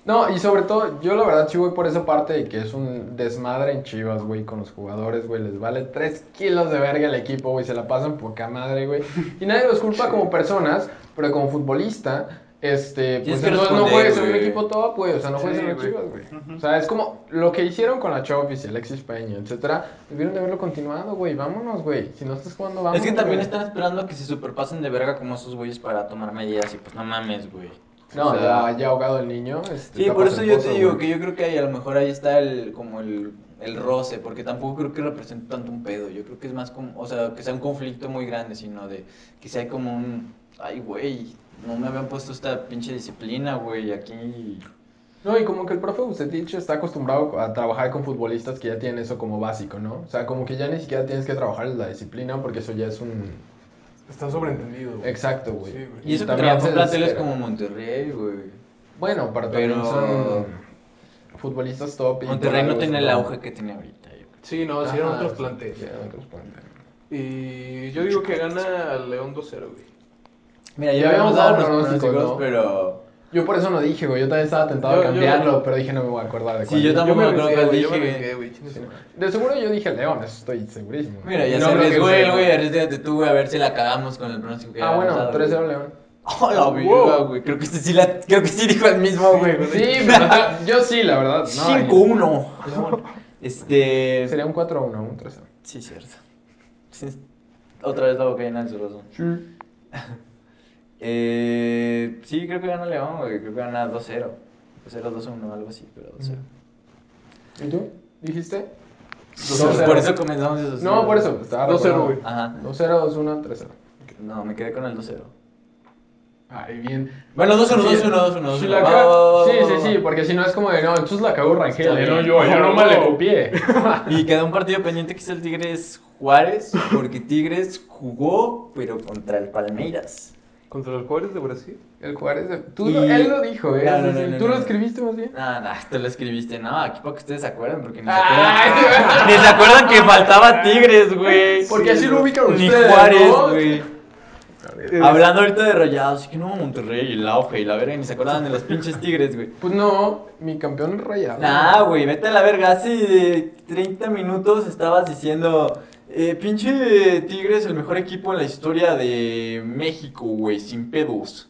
C: No, y sobre todo, yo la verdad sí voy por esa parte de que es un desmadre en Chivas, güey, con los jugadores, güey. Les vale 3 kilos de verga el equipo, güey. Se la pasan poca madre, güey. Y nadie los culpa como personas, pero como futbolista, este, pues
A: Tienes que
C: entonces no
A: responder,
C: puedes ser un
A: güey.
C: equipo top, güey. O sea, no puedes
D: Sí,
C: ser un
D: güey.
C: Chivas, güey. O sea, es como lo que hicieron con la Chofis y Alexis Peña, etcétera. Debieron de haberlo continuado, güey. Vámonos, güey. Si no estás jugando, vámonos.
A: es que también
C: güey.
A: están esperando que se superpasen de verga como esos güeyes para tomar medidas y pues no mames, güey.
C: No,
A: O sea,
C: ya, ya ahogado el niño.
A: Sí,
C: este,
A: por
C: tapas
A: eso
C: el
A: yo
C: pozo,
A: te digo
C: güey.
A: que yo creo que ahí a lo mejor ahí está el como el, el roce, porque tampoco creo que represente tanto un pedo. Yo creo que es más como, o sea, que sea un conflicto muy grande, sino de que sea como un, ay, güey, no me habían puesto esta pinche disciplina, güey, aquí.
C: No, y como que el profe Bucetich está acostumbrado a trabajar con futbolistas que ya tienen eso como básico, ¿no? O sea, como que ya ni siquiera tienes que trabajar en la disciplina porque eso ya es un...
D: Está sobreentendido, güey.
C: Exacto, güey.
D: Sí, güey.
A: Y eso que
C: también
A: trabajan
C: se
A: planteles
C: desespera.
A: como Monterrey, güey.
C: Bueno, pero
A: Pero-
C: también son futbolistas top. y
A: Monterrey no
C: por algo
A: tenía el
C: son-
A: auge que tiene ahorita, yo creo.
D: Sí, no, Ah, sí eran
C: Ajá,
D: otros
C: sí,
D: planteles.
C: sí, eran otros planteles.
D: Y yo digo que gana al León 2-0, güey.
A: Mira,
C: Ya
A: ya habíamos
C: habíamos
A: dado
C: dado
A: unos
C: pronósticos,
A: pronósticos,
C: ¿no?
A: pero...
C: Yo por eso no dije, güey. Yo también estaba tentado
D: Yo-
C: a
D: yo-
C: cambiarlo, pero dije no me voy a acordar de
A: Sí,
C: cuál
A: yo
C: dije.
A: tampoco me acuerdo
D: arriesgué,
A: cuál
D: güey, yo me
A: dije.
D: arriesgué, güey, chingue su madre.
C: De seguro yo dije León, eso estoy segurísimo.
A: Mira, ya
C: No
A: se
C: creo que
A: arriesgó
C: sea-
A: el güey, arriesgate tú, güey, a ver si la cagamos con el pronóstico que
C: Ah,
A: habíamos
C: bueno,
A: dado,
C: 3-0
A: güey.
C: León.
A: Hola,
D: Wow.
A: güey. Creo que este sí la- creo que sí dijo el mismo, güey.
C: Sí, pero yo sí, la verdad. No,
A: 5-1. Este.
C: Sería un 4 a 1, un 3 a
A: Sí, cierto. Sí. Otra vez la boca llena de su razón.
C: 1.
A: Eh, sí, creo que gana León, güey. Creo que gana 2-0. 0-2-1, algo así, pero 2-0.
C: ¿Y tú? ¿Dijiste?
A: Entonces, Por eso comenzamos esos.
C: No, por eso. estaba
D: 2-0,
C: recordando.
A: Ajá.
C: 2-0, 2-1, 3-0.
A: No, me quedé con el 2-0.
C: Ay, bien.
A: Bueno, 2-0,
C: Sí.
A: 2-1, 2-1.
C: Si la ca- sí, sí, sí, porque si no es como de no, entonces la cagó Rangel.
A: Está
C: eh,
A: bien.
E: Yo
C: no
E: no
C: me
E: me
C: le copié.
A: Y queda un partido pendiente que es el Tigres Juárez, porque Tigres jugó, pero contra el Palmeiras.
D: ¿Contra los Juárez de Brasil?
C: El Juárez. de- Tú,
A: Y-
C: lo- Él lo dijo, ¿eh?
A: No, no, no, no,
C: Tú
A: no,
C: lo
A: no.
C: escribiste más bien.
A: Nada, te lo escribiste. No, aquí para que ustedes se acuerden, porque ni se
C: Ay.
A: acuerdan. ni se acuerdan que faltaba Tigres, güey.
C: Porque así lo ubican
A: Ni
C: ustedes,
A: Juárez,
C: ¿no?
A: güey. Hablando ahorita de rayados, que no, Monterrey, el auge y la verga, ni se acordaban de los pinches Tigres, güey.
C: Pues no, mi campeón es rayado.
A: Nah, Ah, güey, vete a la verga. Hace eh, 30 minutos estabas diciendo, eh, pinche Tigres, el mejor equipo en la historia de México, güey, sin pedos.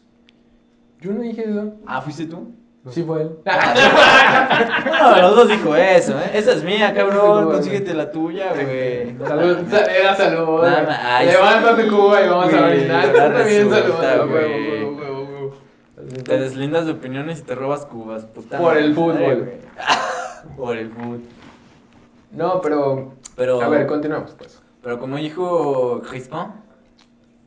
C: Yo no dije eso.
A: Ah, ¿fuiste tú?
C: Sí fue él.
A: Uno de los dos dijo eso, ¿eh? Esa es mía,
C: Ah. Esa es
A: cabrón,
C: tu,
A: consíguete la tuya, güey.
C: Salud, sa- era salud.
A: Nada más. Ay,
C: Levántate,
A: sí,
C: Cuba, y vamos a
A: güey,
C: brindar.
A: ahora
C: Tú también
A: resulta,
C: salud. a huevo,
A: güey.
C: huevo, huevo, huevo.
A: Te deslindas de opiniones y te robas cubas, puta.
C: Por
A: madre,
C: el fútbol.
A: güey. Por el fútbol.
C: No, pero.
A: Pero,
C: A ver, continuamos, pues.
A: pero como dijo ¿ah? Crispin,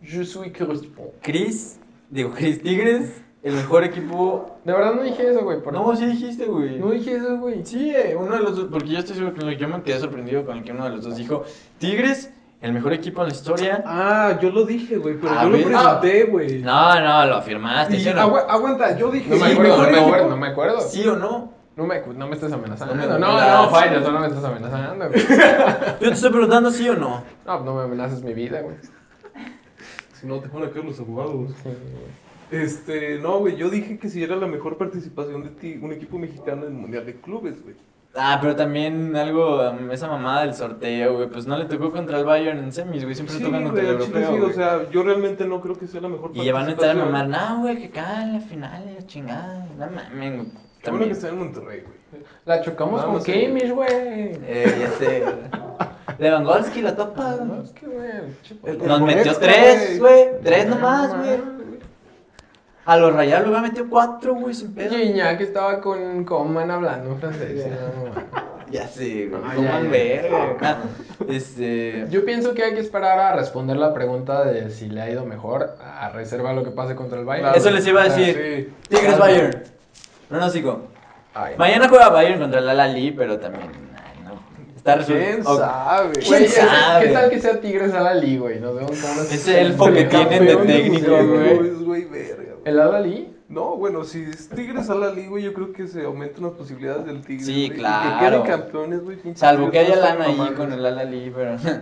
C: Je suis correspond.
A: Chris, digo, Chris Tigres, el mejor equipo.
C: De verdad no dije eso, güey. por-
A: No, sí dijiste, güey.
C: no dije eso, güey.
A: Sí, eh, uno de los dos, porque yo estoy seguro que yo me quedé sorprendido con el que uno de los dos dijo, Tigres, el mejor equipo en la historia.
D: Ah, yo lo dije, güey, pero
A: A
D: yo
A: ver.
D: lo presenté, güey.
A: No, no, lo afirmaste,
D: Y
A: ¿sí o no?
D: agua- aguanta, yo dije.
C: Ah, No me
D: el
C: acuerdo, no
D: mejor
C: me
D: equipo-
C: acuerdo, no me acuerdo.
A: ¿Sí o no?
C: No me, acu- no me estás amenazando.
A: No me
C: No, no, no,
A: amenazas.
C: fallas, no me estás amenazando, güey.
A: Yo te estoy preguntando sí o no.
C: No, no me amenazas mi vida, güey.
D: Si no, te van a caer los abogados. Este, no, güey, yo dije que si era la mejor participación de ti, un equipo mexicano en el Mundial de Clubes, güey.
A: Ah, pero también algo, um, esa mamada del sorteo, güey, pues no le tocó contra el Bayern en semis, güey, siempre
D: Sí,
A: le tocan contra
D: güey,
A: el
D: al chile
A: europeo,
D: sí, o
A: güey.
D: sea, yo realmente no creo que sea la mejor
A: Y ya van a estar a
D: participación.
A: mamar, no, güey, que cae en la final, la chingada, no mames, güey.
D: Qué bueno que
A: También.
D: está en Monterrey, güey.
C: La chocamos
D: Vamos,
C: con Kimmich, güey.
A: Eh, ya sé. Lewandowski la topa,
C: No,
A: güey.
C: es que, güey. chupa.
D: El-
A: Nos metió
D: Moneto,
A: tres, güey. Tres
C: No
A: nomás,
C: mames,
A: güey. A los rayados le a metido cuatro, güey, sin pedo.
C: Guiñac estaba con Coman hablando francés. no, mames.
A: Ya sé, güey.
C: Ay,
A: Coman
C: ay, ay.
A: verga. Ah, Este.
C: Yo pienso que hay que esperar a responder la pregunta de si le ha ido mejor a reserva lo que pase contra el Bayern.
A: Eso les iba a decir.
D: Sí.
A: Tigres Bayern. No nos sigo.
C: Ay,
A: Mañana juega Bayern contra el Alali, pero también. ay, no. Está
D: ¿Quién
A: resuelto.
D: sabe?
A: ¿Quién
C: Güey, ese-
A: sabe?
C: ¿Qué tal que sea Tigres a la Li, güey? Nos vemos con unos-
A: Es el elfo que tienen de
C: campeón
A: técnico,
C: mundial,
A: güey.
D: güey, verga, güey.
C: ¿El a la Li?
D: No, bueno, si es Tigres a la liga, güey, yo creo que se aumentan las posibilidades del Tigres.
A: Sí,
D: güey, y
A: claro.
D: Que queden campeones, güey. pinche
A: Salvo que haya
D: Tigres, no
A: lana
D: están
A: ahí
D: mamando.
A: con el Alali, pero.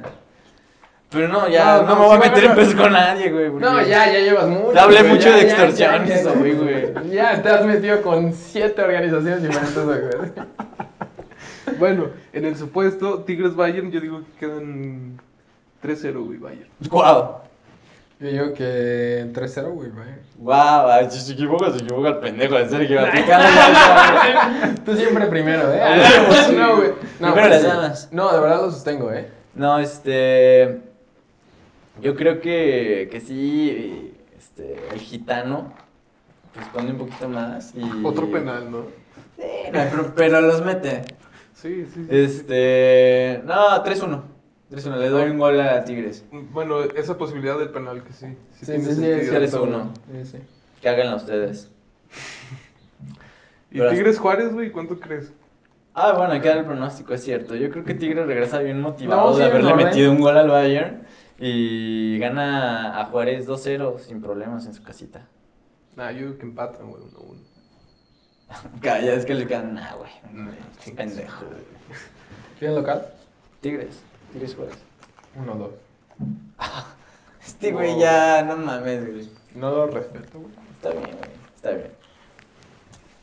A: Pero no, ya no,
C: No, no,
A: me voy
C: sí
A: a
C: va a
A: meter en
C: ganar.
A: pedos con nadie, güey. porque-
C: No, ya, ya llevas mucho.
A: Ya hablé
C: güey,
A: mucho de
C: ya, ya,
A: extorsiones
C: ya, ya,
A: hoy,
C: ya,
A: güey.
C: Ya, te has metido con siete organizaciones diferentes, güey.
D: Bueno, en el supuesto, Tigres-Bayern, yo digo que quedan 3-0, güey, Bayern.
A: Guau.
C: Yo digo que 3-0, güey, güey.
A: Guau, si se equivoca, se equivoca el pendejo de Sergio. Aplicando
C: Tú siempre primero, ¿eh?
A: sí.
C: No, güey.
A: Primero
C: No, pero
A: las
C: sí.
A: damas.
C: No, de verdad lo sostengo, ¿eh?
A: No, este. Yo creo que, que sí. Este, el gitano responde un poquito más. Y...
D: Otro penal, ¿no?
A: Sí, no, pero, pero los mete.
D: Sí, sí, sí.
A: Este. No, 3-1. 3-1. Le doy un gol a Tigres.
D: Bueno, esa posibilidad del penal que sí. Sí, tiene
C: es
D: sentido.
A: Eres
C: cierto,
A: uno.
C: güey. Sí, sí.
A: Que háganla ustedes.
D: ¿Y Tigres Juárez, güey? ¿Cuánto crees?
A: Ah, bueno, hay que dar el pronóstico, es cierto. Yo creo que Tigres regresa bien motivado
C: No, sí,
A: de haberle
C: no, ¿eh?
A: metido un gol al Bayern y gana a Juárez 2-0 sin problemas en su casita.
D: Nah, yo digo que empatan, güey, 1-1.
A: Calla, es que le quedan, nah, güey. mm, Pendejo.
C: ¿Quién local?
A: Tigres, Tigres Juárez.
C: 1-2.
A: Este güey ya, no mames, güey.
C: No lo respeto, güey.
A: Está bien, güey. Está bien.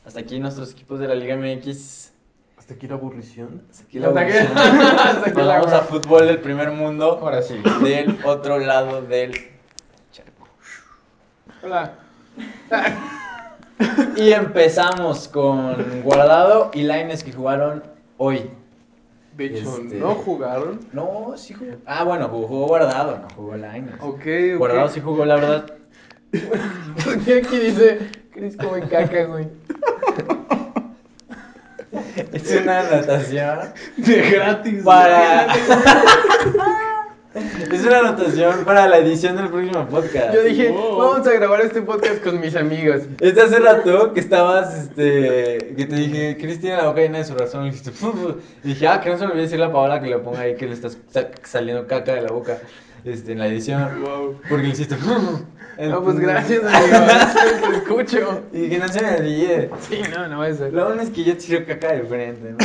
A: Hasta aquí nuestros equipos de la Liga MX.
D: ¿Hasta aquí la aburrición?
A: Hasta aquí la
C: Hasta aquí-
A: evolución.
C: hasta aquí
A: Nos
C: la
A: vamos a
C: hora.
A: fútbol del primer mundo
C: Ahora sí.
A: del otro lado del charco.
D: Ah,
C: Hola.
A: Y empezamos con Guardado y Laines que jugaron hoy.
D: De hecho,
A: Este-
D: no jugaron.
A: No, sí jugó. Ah, bueno, jugó, jugó Guardado, no jugó Laines.
D: Ok, ok.
A: Guardado sí jugó, la verdad.
C: Aquí dice Chris come caca, güey.
A: Es una anotación
D: De gratis.
A: para. es una anotación para la edición del próximo podcast.
C: Yo dije,
E: Wow.
C: vamos a grabar este podcast con mis amigos.
A: Es de hace rato que estabas, este, que te dije, Chris tiene la boca llena de su razón. Y dijiste, "Fu, fu". Y dije, ah, que no se me olvide decir la palabra que le ponga ahí, que le estás sa- saliendo caca de la boca, este, en la edición.
D: Wow.
A: Porque le hiciste, "Fu, fu".
C: No,
A: Mm.
C: pues gracias, amigo. Te escucho.
A: Y dije, no se me olvide.
C: Sí, no, no va a ser.
A: Lo bueno es que yo tiro caca de frente, ¿no?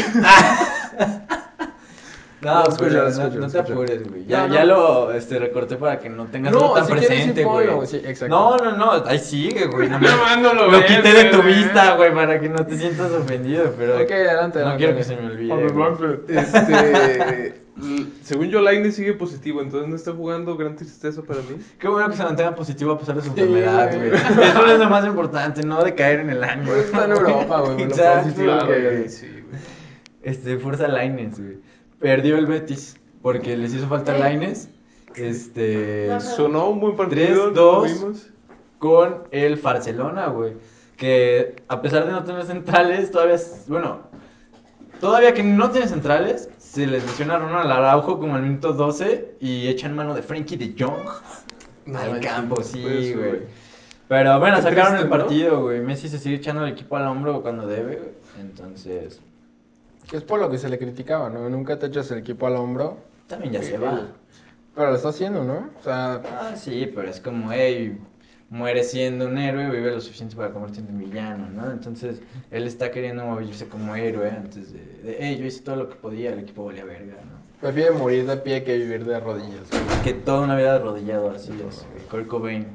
A: No,
C: Lo
A: pues,
C: escucho, lo
A: no-
C: escucho,
A: no,
C: lo
A: te
C: escucho.
A: apures, güey. Ya,
C: No, no.
A: ya lo este, recorté para que no tengas
C: No,
A: algo tan
C: si quieres sí
A: presente, güey.
C: ponlo, sí, exacto.
A: no, no, no, ahí sigue, güey. no mames.
E: Llamándolo,
A: Lo
E: güey,
A: quité de tu
E: güey.
A: vista, güey, para que no te sientas ofendido, pero
C: Ok, adelante,
A: no
C: adelante.
A: quiero que se me olvide.
E: Por los
A: güey.
E: golpes.
D: Este. l- Según yo, Line sigue positivo, entonces no está jugando gran tristeza para mí.
A: Qué bueno que se mantenga positivo a pesar de su
C: Sí,
A: enfermedad,
C: güey.
A: güey. Eso es lo más importante, no de caer en el ánimo.
C: Por eso está en Europa, güey, por lo
A: Exacto,
C: positivo
A: güey.
C: que es.
D: sí, güey.
A: Este, fuerza Laines, güey. Perdió el Betis porque les hizo falta Laines. Este,
D: Eh, Sonó un buen partido.
A: Tres,
D: ¿no lo
A: dos.
D: vimos?
A: con el Barcelona, güey. Que a pesar de no tener centrales, todavía, es- bueno, todavía que no tiene centrales, se les lesiona a Ronald Araujo como al minuto 12 y echan mano de Frankie de Jong
D: No
A: al
D: manches,
A: campo,
D: no
A: sí,
D: puede ser,
A: güey. Pero bueno,
D: Qué
A: sacaron
D: triste,
A: el
D: ¿no?
A: partido, güey. Messi se sigue echando el equipo al hombro cuando debe, güey. Entonces,
C: Es por lo que se le criticaba, ¿no? Nunca te echas el equipo al hombro.
A: también ya
C: Sí,
A: se va.
C: sí. Pero lo está haciendo, ¿no? O sea,
A: Ah, sí, pero es como, hey, muere siendo un héroe, vive lo suficiente para convertirse en villano, ¿no? Entonces, él está queriendo moverse como héroe antes de, de, hey, yo hice todo lo que podía, el equipo valía verga, ¿no?
C: prefiere morir de pie que vivir de rodillas.
A: Que toda una vida arrodillado, así es, güey, Kurt Cobain.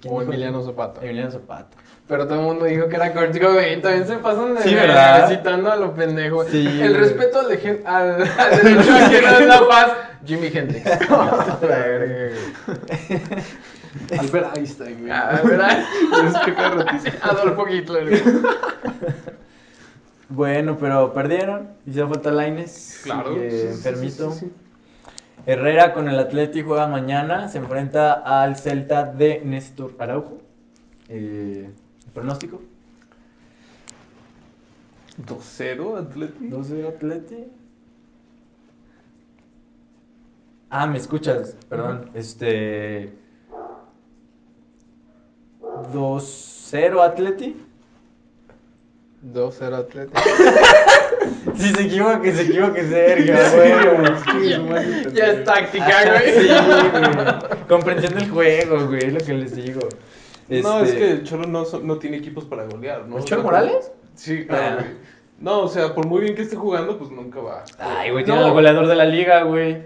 A: ¿Quién
C: O
A: dijo
C: Emiliano
A: que-
C: Zapata.
A: Emiliano Zapata.
C: Pero todo el mundo dijo que era Kurt Cobain. También se pasan de
A: Sí,
C: verga,
A: ¿verdad?
C: citando a los pendejos.
A: Sí,
C: el
A: güey.
C: respeto al, dejen- al, al derecho a que no es la paz. Jimi Hendrix.
D: Albert Einstein, güey.
C: Ah, ¿verdad?
D: Es que cada ratito.
C: Adolfo Hitler. güey.
A: Bueno, pero perdieron, hicieron falta Laines.
E: Claro,
A: sigue
E: sí, sí, sí,
A: enfermito. Herrera con el Atleti juega mañana, se enfrenta al Celta de Néstor Araujo. Eh, ¿Pronóstico?
D: 2-0, Atleti.
A: 2-0 Atleti. Ah, me escuchas, perdón. Este. 2-0 Atleti.
C: 2-0 Atlético.
A: Si se equivoca, que se equivoque Sergio, güey.
C: Ya es táctica,
A: Ah,
C: güey.
A: sí, güey. Comprensión del juego, güey, es lo que les digo.
D: No, es
A: Este,
D: que el Cholo no, so- no tiene equipos para golear, ¿no?
A: ¿El Cholo Morales?
D: Sí, claro,
A: Ah.
D: güey. No, o sea, por muy bien que esté jugando, pues nunca va.
A: Ay, güey, tiene
D: No.
A: el goleador de la liga, güey.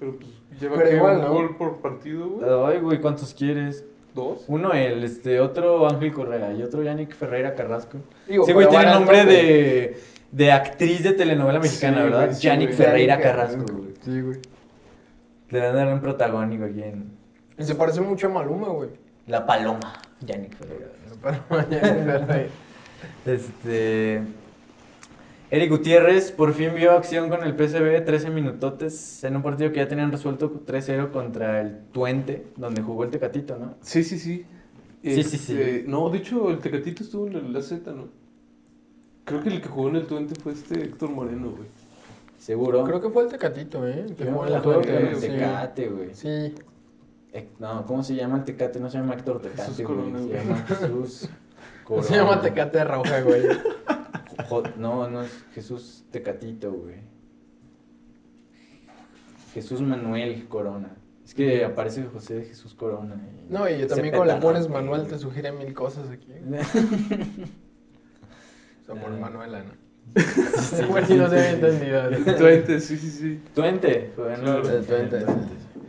D: Pero pues lleva
C: Pero
D: que
C: igual,
D: un
C: ¿no?
D: gol por partido, güey.
A: Ay, güey, ¿cuántos quieres?
D: Dos.
A: Uno él, este, otro Ángel Correa y otro Yannick Ferreira Carrasco.
C: Digo,
A: sí, güey,
C: pero
A: tiene
C: barato,
A: nombre
C: güey.
A: de, de actriz de telenovela mexicana,
D: Sí, güey,
A: ¿verdad?
D: sí,
A: Yannick
D: güey.
A: Ferreira Carrasco, güey.
C: Sí, güey.
A: Le van a dar un protagónico aquí en
C: Y se parece mucho a Maluma, güey.
A: La Paloma, Yannick Ferreira.
C: Para mañana.
A: Este. Eric Gutiérrez por fin vio acción con el PSV, 13 minutotes en un partido que ya tenían resuelto 3-0 contra el Tuente, donde jugó el Tecatito, ¿no?
D: Sí, sí, sí.
A: Sí, sí, sí.
D: Este, No, de hecho, el Tecatito estuvo en el- la Z, ¿no? Creo que el que jugó en el Tuente fue este Héctor Moreno, güey.
A: Seguro.
C: Creo que fue el Tecatito, ¿eh? El que
A: Yo
C: jugó en
A: la
C: el
A: juego
C: Atlante,
A: con el
D: sí.
A: Tecate, güey.
C: Sí.
A: Ec- No, ¿cómo se llama el Tecate? No se llama Héctor Tecate,
D: Jesús
A: güey.
D: Corona,
A: Se
D: güey.
A: llama Jesús Corona.
C: Se llama Tecate Roja, güey.
A: Jo- No, no es Jesús Tecatito, güey. Jesús Manuel Corona. Es que aparece José de Jesús Corona. y
C: No, y
A: se
C: también cuando le
A: petarda,
C: pones
A: güey.
C: Manuel te sugiere mil cosas aquí. O sea, por
A: Ah.
C: Manuela, ¿no?
A: Sí,
C: Bueno,
A: sí,
C: no se había
A: sí.
D: El
C: entendido.
D: Tuente, sí, sí, sí.
A: Tuente. fue en-
D: Claro.
A: en-
C: El Twente, sí,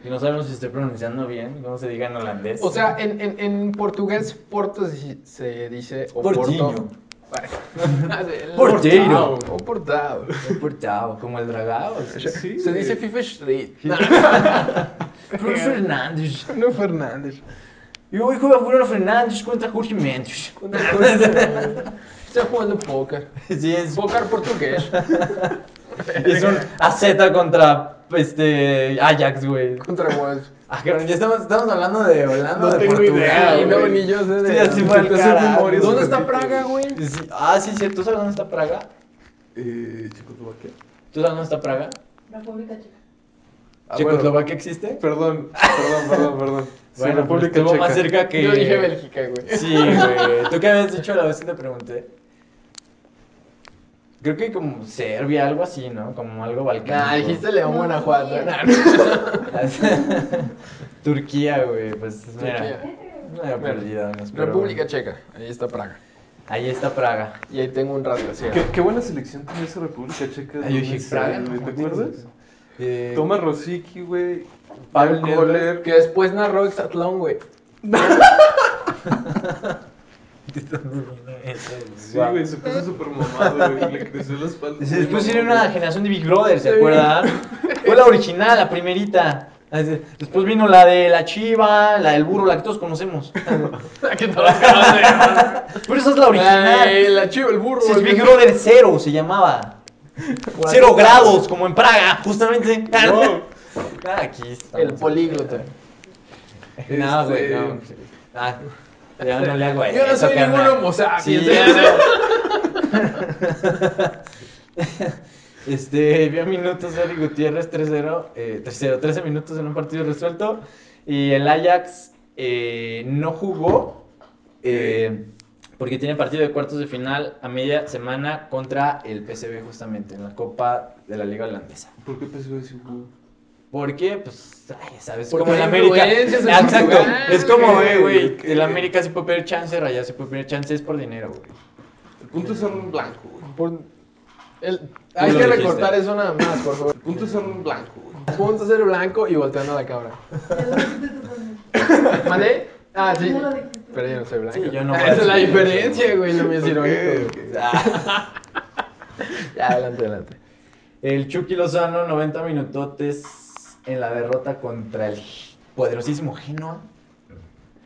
A: Y no sabemos si estoy pronunciando bien, cómo se diga en holandés.
C: O sea, en, en, en portugués, Porto se, se dice o
A: Portinho.
C: Porto. Ah, Portero.
A: Porteiro.
C: O Portado.
A: Portao, como el dragado. sí.
D: Sí, eh,
C: se
D: güey.
C: dice FIFA Street.
A: Cruz Fernández.
C: No Fernández.
A: E o Juan Bruno Fernandes contra Jorge Mendes.
C: Está jugando póker.
A: Sí, es,
C: Póker portugués.
A: es un AZ contra este, Ajax, güey.
C: Contra Wolves.
A: Ah, cabrón, ya estamos, estamos hablando de Holanda
D: No
A: o de
D: tengo idea,
A: Portugal.
C: Ay, no,
A: güey.
C: ni yo sé de
A: Sí, así fue al
D: Te hace
A: carajo.
D: memoria.
C: ¿Dónde está Praga, güey?
A: Sí, Ah, sí, sí. ¿Tú sabes dónde está Praga?
D: Eh, Checoslovaquia.
A: ¿Tú sabes dónde está Praga?
F: República Checa.
D: Ah,
A: ¿Checoslovaquia existe?
D: Perdón, perdón, perdón, perdón. Sí,
A: Bueno, pues
D: República
A: estuvo
D: Checa.
A: más cerca que...
C: Yo dije Bélgica, güey.
A: Sí, güey. ¿Tú qué habías dicho la vez que te pregunté? Creo que como Serbia, algo así, ¿no? Como algo balcánico.
D: Ah,
C: Nah, dijiste León
F: No,
C: Guanajuato.
F: sí.
C: Nah, no.
A: Turquía, güey. Pues mira.
C: Turquía.
A: Una perdida. no espero.
C: República Checa. Ahí está Praga.
A: Ahí está Praga.
C: Y ahí tengo un rato así.
D: Qué, qué buena selección tenía esa República Checa.
A: Ay, yo dije,
D: ¿no? Este,
A: Praga,
D: ¿Te
A: no,
D: acuerdas?
A: Eh,
D: Toma Rosicky, güey.
A: Pavel
D: Jan
A: Nedved.
D: Koller.
C: Que después narró Exatlón, güey.
D: Sí, güey, se puso súper mamado, güey. Le creció la espalda.
A: Se pusieron una generación de Big Brother, ¿se acuerdan? Fue la original, la primerita. Después vino la de la chiva, la del burro, la que todos conocemos.
C: Aquí te lo acabas de llamar.
A: Pero esa es la
C: Ay,
A: original.
C: La chiva, el burro.
A: Sí, es
C: el
A: Big
C: burro.
A: Brother cero se llamaba. Cero grados, como en Praga, justamente.
D: No,
A: Ah, Aquí está.
C: El políglota.
A: No, güey,
D: Este-
A: no. Ah, ya no le hago a
C: Yo no
A: eso,
C: soy
A: carnal.
C: ningún homo sapiens.
A: Sí, ya no. Este, vio minutos Ari Gutiérrez 3-0, eh, 3-0, 13 minutos en un partido resuelto. Y el Ajax eh, no jugó eh, porque tiene partido de cuartos de final a media semana contra el PSV justamente en la Copa de la Liga Holandesa.
D: ¿Por qué pensó así, pues, güey?
A: Porque, pues, ay, sabes,
C: Porque
A: como el
C: hay
A: América.
C: influencias en
A: Ah, Exacto.
C: Portugal,
A: Es como,
D: güey,
A: eh, güey,
D: que-
A: el América sí puede pedir chance, Raya sí puede pedir chance, es por dinero, güey.
D: El punto es ser un blanco, güey.
C: Por- el- Hay
A: lo
C: que
A: dijiste.
C: recortar eso nada más, por favor.
D: El punto es ser un blanco, güey.
C: Punto ser blanco y volteando a la cabra.
F: Ya lo dijiste tú también.
C: ¿Mande? Ah, sí.
F: Ya lo dijiste.
C: Pero yo no soy blanco. Ah,
A: Sí, yo no.
C: Esa es la diferencia, güey. No me es irónico.
D: Ok, ok.
A: Ah,
C: Ya, adelante, adelante.
A: El Chucky Lozano, 90 minutotes en la derrota contra el poderosísimo Genoa.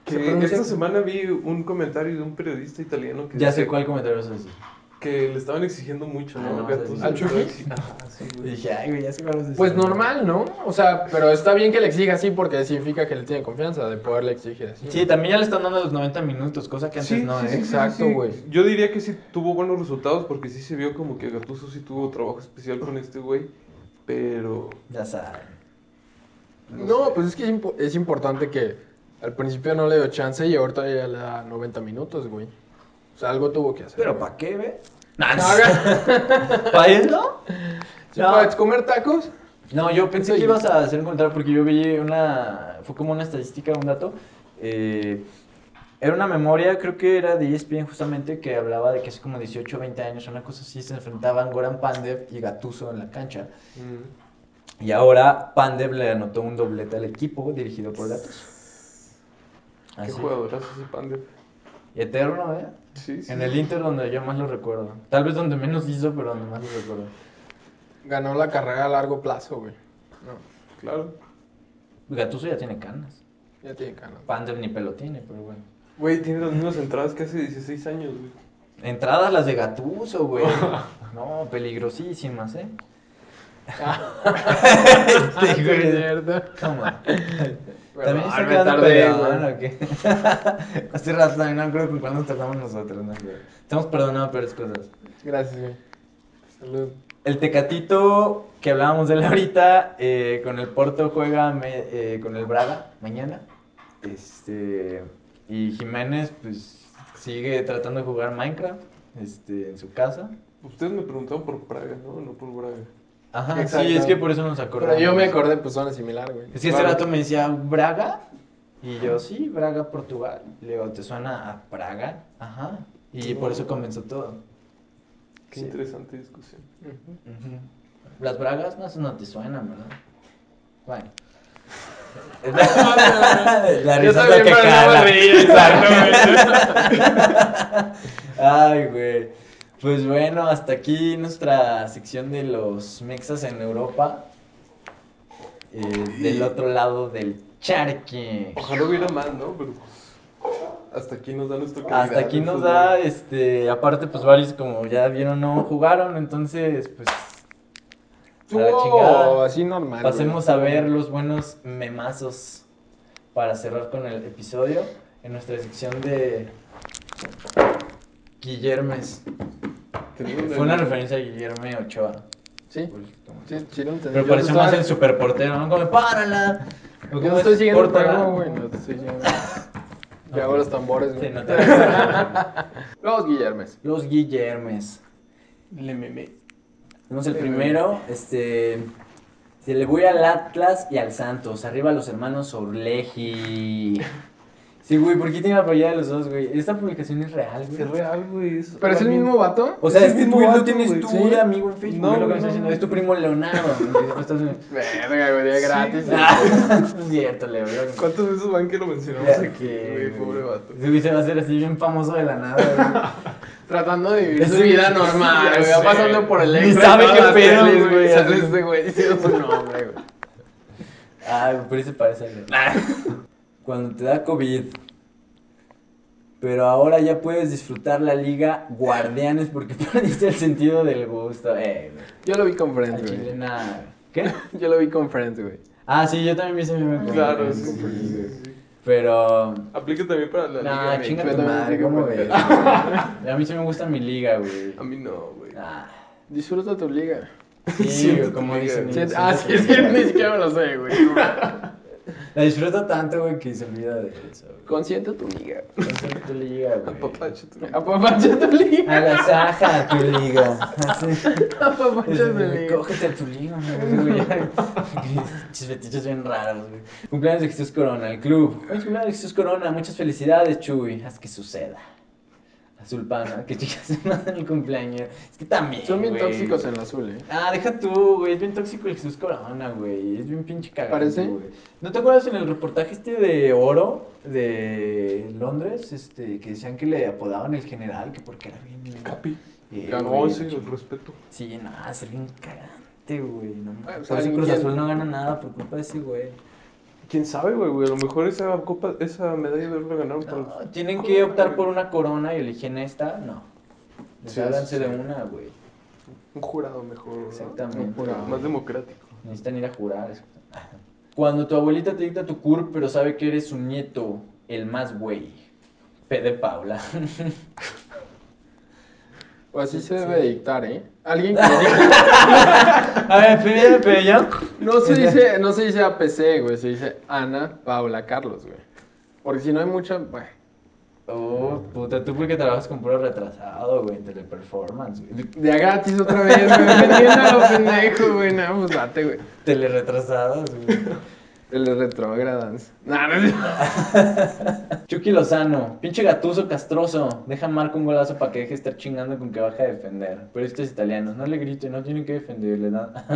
C: Se
D: Que
C: pronuncia-
D: esta semana vi un comentario de un periodista italiano que
A: Ya
D: decía
A: sé cuál comentario vas a decir.
D: que le estaban exigiendo mucho,
A: Ah, no,
D: ¿no?
A: vas a
D: Gattuso
A: decir.
D: le
C: ¿Al
D: estaba
C: Chucky?
D: exi- Ajá, sí,
A: Y
D: güey.
A: Dije, ay, güey, ya sé cuál vas a decir.
C: Pues normal, ¿no? O sea, pero está bien que le exija así porque significa que le tiene confianza de poderle exigir así.
A: Sí, también ya le están dando los 90 minutos, cosa que antes
D: Sí,
A: no,
D: sí,
A: ¿eh?
D: sí, sí,
C: Exacto,
D: sí.
C: güey.
D: Yo diría que sí tuvo buenos resultados porque sí se vio como que Gattuso sí tuvo trabajo especial con este güey, pero
A: Ya saben.
C: No, pues es que es, impo- es importante que al principio no le dio chance y ahorita ya le da 90 minutos, güey. O sea, algo tuvo que hacer.
A: Pero
C: güey.
A: ¿para qué, ve?
C: No, haga-
A: ¿Para eso?
C: ¿Sí ¿Puedes comer tacos?
A: No, yo pensé
C: Eso
A: que
C: yo-
A: ibas a hacer un comentario porque yo vi una. Fue como una estadística, un dato. eh, era una memoria, creo que era de E ESPN justamente, que hablaba de que hace como 18 20 años, una cosa así, se enfrentaban Goran Pandev y Gatuso en la cancha.
D: mm,
A: Y ahora Pandev le anotó un doblete al equipo dirigido por Gatuso.
D: qué
A: Así.
D: jugadorazo ese Pande.
A: Eterno, ¿eh?
D: Sí, sí.
A: En el Inter donde yo más lo recuerdo. Tal vez donde menos hizo, pero donde más lo recuerdo.
C: Ganó la carrera a largo plazo, güey. No,
D: Claro.
A: Gatuso ya tiene canas.
C: ya tiene ganas.
A: Pandev ni pelo tiene, pero bueno.
D: Güey, tiene las mismas entradas que hace 16 años, güey.
A: Entradas las de Gatuso, güey. No, peligrosísimas, ¿eh?
C: Ah,
A: Este,
C: sí,
A: güey.
C: es cierto.
A: Come on.
C: Perdón,
A: También está
C: me
A: quedando
C: tardé,
A: peleado,
C: güey.
A: ¿o qué? Hace rato también, no creo con cuándo nos tardamos nosotros, ¿no? güey? Estamos perdonados peores cosas.
C: Gracias, güey. Salud.
A: El Tecatito que hablábamos de él ahorita, eh, con el Porto juega me- eh, con el Braga mañana. Este, y Jiménez, pues, sigue tratando de jugar Minecraft este, en su casa.
D: Ustedes me preguntaron por Praga, ¿no? No por Braga.
A: Ajá,
C: Exacto.
A: sí, es que por eso nos acordamos.
C: Pero yo me acordé, pues suena similar, güey.
A: Es que hace rato me decía Braga. Y yo, sí, Braga, Portugal. Y le digo, ¿te suena a Praga? Ajá. Y por eso comenzó todo.
D: Qué
A: Sí.
D: interesante discusión.
C: Ujú.
A: Ujú. Las Bragas no, no te suenan, ¿verdad? Bueno. La
C: Yo
A: risa es lo
C: también,
A: que
C: pero no me
A: cala.
E: reí, exactamente.
A: Ay, güey. Pues bueno, hasta aquí nuestra sección de los mexas en Europa. Eh, del otro lado del charque.
D: Ojalá hubiera más, ¿no? Pero pues, Hasta aquí nos da nuestro
A: Hasta
D: calidad
A: aquí
D: del
A: nos
D: fútbol.
A: da, este, aparte, pues varios, como ya vieron, no jugaron, entonces, pues. a la
C: Estuvo
A: chingada.
C: así normal. güey.
A: Pasemos a ver los buenos memazos para cerrar con el episodio en nuestra sección de. Guillermes.
D: Tenemos
A: Fue una
D: el-
A: referencia a Guillerme Ochoa.
C: Sí, sí, sí, no entendí.
A: Pero
C: Yo
A: pareció
C: estaba-
A: más el superportero, ¿no? Como, ¡párala!
C: Yo
A: ¿Cómo
C: no estoy
A: es?
C: siguiendo el
A: Córtala.
C: juego, güey. No te estoy siguiendo. Ya hago los tambores,
A: Sí,
C: güey.
A: no te-
C: Los Guillermes.
A: Los Guillermes.
D: Le meme.
A: Tenemos el primero, este. Se le voy al Atlas y al Santos. Arriba los hermanos Orleji. Sí, güey, ¿por qué tiene la playera de los dos, güey? Esta publicación es real, güey.
D: Es real, güey. eso
C: ¿Pero es el
D: también-
C: mismo vato?
A: O sea,
D: Es
A: es
D: el
A: que
D: mismo
A: tú no
D: vato,
A: tienes
D: güey.
A: tu
D: Sí.
A: amigo en Facebook.
D: No,
A: güey, lo que me
D: no,
A: estás diciendo.
D: no.
A: Es tu primo Leonardo. güey, que estás en-
C: Verga, güey, de gratis.
A: Ah, es cierto, Leo. güey.
D: ¿Cuántas veces van que lo mencionamos
A: Ya
D: aquí,
A: que,
D: güey? Pobre vato.
A: Ese güey se va a hacer así bien famoso de la nada,
C: Tratando de vivir
A: Es
C: su
A: mi-
C: vida normal,
D: Ya
C: güey.
D: sé.
C: Va pasando por el
A: Ni
C: extra.
A: sabe
C: y
A: qué
C: todas las
A: pedo,
C: teles,
A: güey.
C: Sale este güey diciendo su nombre, güey.
A: güey. Ah, por eso parece a Leo.
D: Ah.
A: Cuando te da COVID. Pero ahora ya puedes disfrutar la liga Guardianes porque perdiste el sentido del gusto. Eh, güey.
C: Yo lo vi con Friends,
A: Al chile,
C: güey.
A: nada, güey. ¿Qué?
C: Yo lo vi con Friends, güey.
A: Ah, sí, yo también me hice meme con-
D: Claro,
A: sí,
D: sí,
A: güey.
D: sí, sí.
A: Pero.
D: Aplica también para la
A: Nah,
D: Liga
A: chinga
D: MX.
A: tu
C: también
A: madre,
C: digo,
A: ¿cómo
C: güey.
A: ves? A mí sí me gusta mi liga, güey.
D: A mí no, güey.
A: Ah,
C: Disfruta tu liga.
A: sí,
D: Sí,
A: güey, como
D: tu liga.
A: dicen.
D: Sí,
A: ellos,
C: ah, sí,
A: siento
C: es
A: que-
C: que ni siquiera me lo sé, güey.
A: La disfruto tanto, güey, que se olvida de eso. güey.
C: Consiente tu liga.
A: Consiente tu liga, güey.
D: Apapacho, tú.
C: Apapacha tu liga.
A: A la saja tu liga. Así.
C: Apapacha tu liga.
A: Cógete a tu liga, güey. Chis fetiches bien raros, güey. Cumpleaños de Jesús Corona, el club. Hoy es cumpleaños de Jesús Corona, muchas felicidades, Chuy. Haz que suceda. Azul pana, que chicas se mandan el cumpleaños. Es que también.
C: Son bien
A: güey.
C: tóxicos en el azul, eh.
A: Ah, deja tú, güey. Es bien tóxico el Jesús Corona, güey. Es bien pinche cagado.
C: ¿Parece?
A: güey. ¿No te acuerdas en el reportaje este de Oro de Londres? Este, que decían que le apodaban el general, que porque era bien.
D: Capi.
A: Eh,
D: Ganó
A: güey,
D: ese el respeto.
A: Sí, nada, es bien cagante, güey. No,
C: Ah, pues,
A: por eso
C: ¿alguien
A: Cruz
C: quién?
A: Azul no gana nada por culpa de ese güey.
D: ¿Quién sabe, güey, güey? A lo mejor esa copa, esa medalla de oro la ganaron por...
A: No, tienen que optar por una corona y eligen esta, no.
D: Sí,
A: Desháganse
D: sí,
A: de
D: sí.
A: una, güey.
D: Un jurado mejor. ¿no?
A: Exactamente.
D: Un jurado más democrático.
A: Necesitan ir a jurar. eso. Cuando tu abuelita te dicta tu CURP, pero sabe que eres su nieto, el más güey. P de Paula.
C: O así se debe dictar, eh. Alguien que
A: A ver, P de yo.
C: no se dice, no se dice APC, güey, se dice Ana Paula Carlos, güey. Porque si no hay mucha, bueno,
A: Oh, puta, tú porque trabajas con puro retrasado, güey, en teleperformance, güey.
C: de a gratis otra vez, güey, vendiendo a lo pendejo, güey, no, pues date, güey.
A: Teleretrasadas, güey.
C: El retrógradas. Nah, no, es-
A: Chucky Lozano, pinche gatuso castroso. Deja marco un golazo para que deje de estar chingando con que baja a defender. Pero estos italianos, no le griten, no tienen que defender, le dan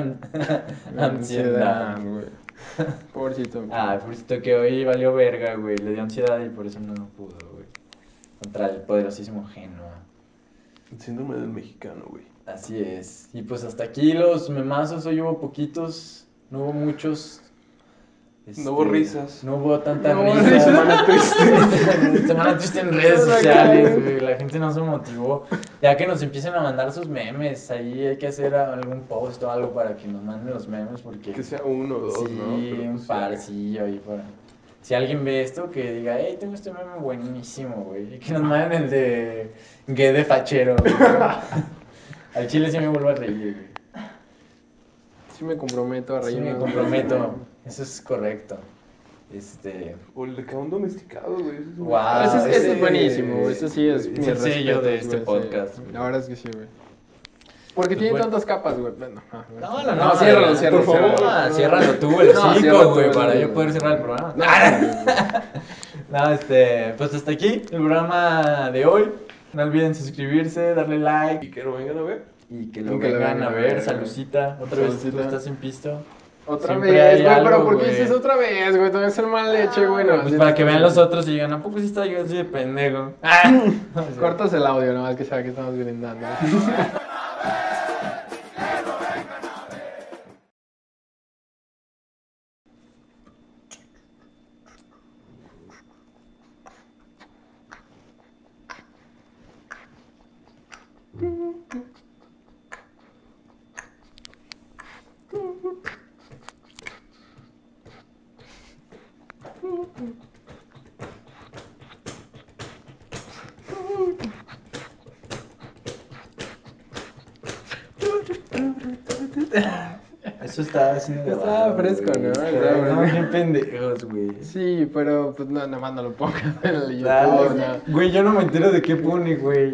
A: ansiedad.
C: ansiedad, güey. Pobrecito. güey.
A: Ah, por cierto que hoy valió verga, güey. Le dio ansiedad y por eso no pudo, güey. Contra el poderosísimo Genoa.
D: El síndrome del mexicano, güey.
A: Así es. Y pues hasta aquí los memazos. Hoy hubo poquitos, no hubo muchos. Este,
D: No hubo risas.
A: No hubo tanta
C: No hubo
A: risa.
C: risas.
A: Semana triste. Semana triste en redes
C: No la
A: sociales,
C: cagué.
A: güey. La gente no se motivó. Ya que nos empiecen a mandar sus memes, ahí hay que hacer algún post o algo para que nos manden los memes porque...
D: Que sea uno o dos,
A: sí,
D: ¿no? Pero,
A: un
D: pues,
A: par,
D: sí.
A: sí, ahí para. Si alguien ve esto, que diga, hey, tengo este meme buenísimo, güey. Y que nos manden el de gay de fachero. güey. Al chile sí me vuelvo a reír, güey.
C: Sí me comprometo a
A: Sí
C: reírme.
A: me
C: güey.
A: comprometo. Eso es correcto. Este.
D: O el de cagón domesticado, güey. ese es un-
A: Wow.
C: Ese, es- ese
A: ese-
C: es buenísimo, güey. Ese Ah, sí es,
A: es
C: mis
A: el sello
C: respetos,
A: de este
C: güey, sí.
A: podcast, güey.
C: La verdad es que sí, güey. Porque
A: Pues
C: tiene
A: bueno.
C: tantas capas, güey. Bueno, ah, bueno.
A: No, no, no,
C: No, ciérralo,
A: adelante,
C: ciérralo,
A: Por favor,
C: ciérralo.
A: Ah, ciérralo tú, el
C: No,
A: hocico,
C: ciérralo tú,
A: güey,
C: güey,
A: para
C: sí,
A: yo
C: güey.
A: poder cerrar el programa. No, este, pues hasta aquí el programa de hoy. No olviden suscribirse, darle like.
D: Y que lo vengan a ver.
A: Y que lo
C: Y que lo
A: vengan a
C: vengan a
A: ver,
C: ver.
A: salucita. Otra vez tú
C: Salucita.
A: estás en pisto.
C: Otra
A: Siempre hay
C: vez, güey,
A: algo,
C: pero ¿por qué
A: güey.
C: dices otra vez, güey? También ser mal leche, güey. no,
A: Pues
C: sí,
A: para
C: no.
A: que vean los otros y digan, ¿a poco sí está yo así de pendejo? Ah.
C: Cortas el audio, nomás que sabe que estamos brindando.
A: Eso está haciendo.
C: Estaba fresco, ¿no? Estaba
A: no,
C: fresco.
A: qué pendejos, güey.
C: Sí, pero pues no, nada más no lo pongas en el YouTube.
A: Claro,
C: no.
A: Güey, yo no me entero de qué pone, güey.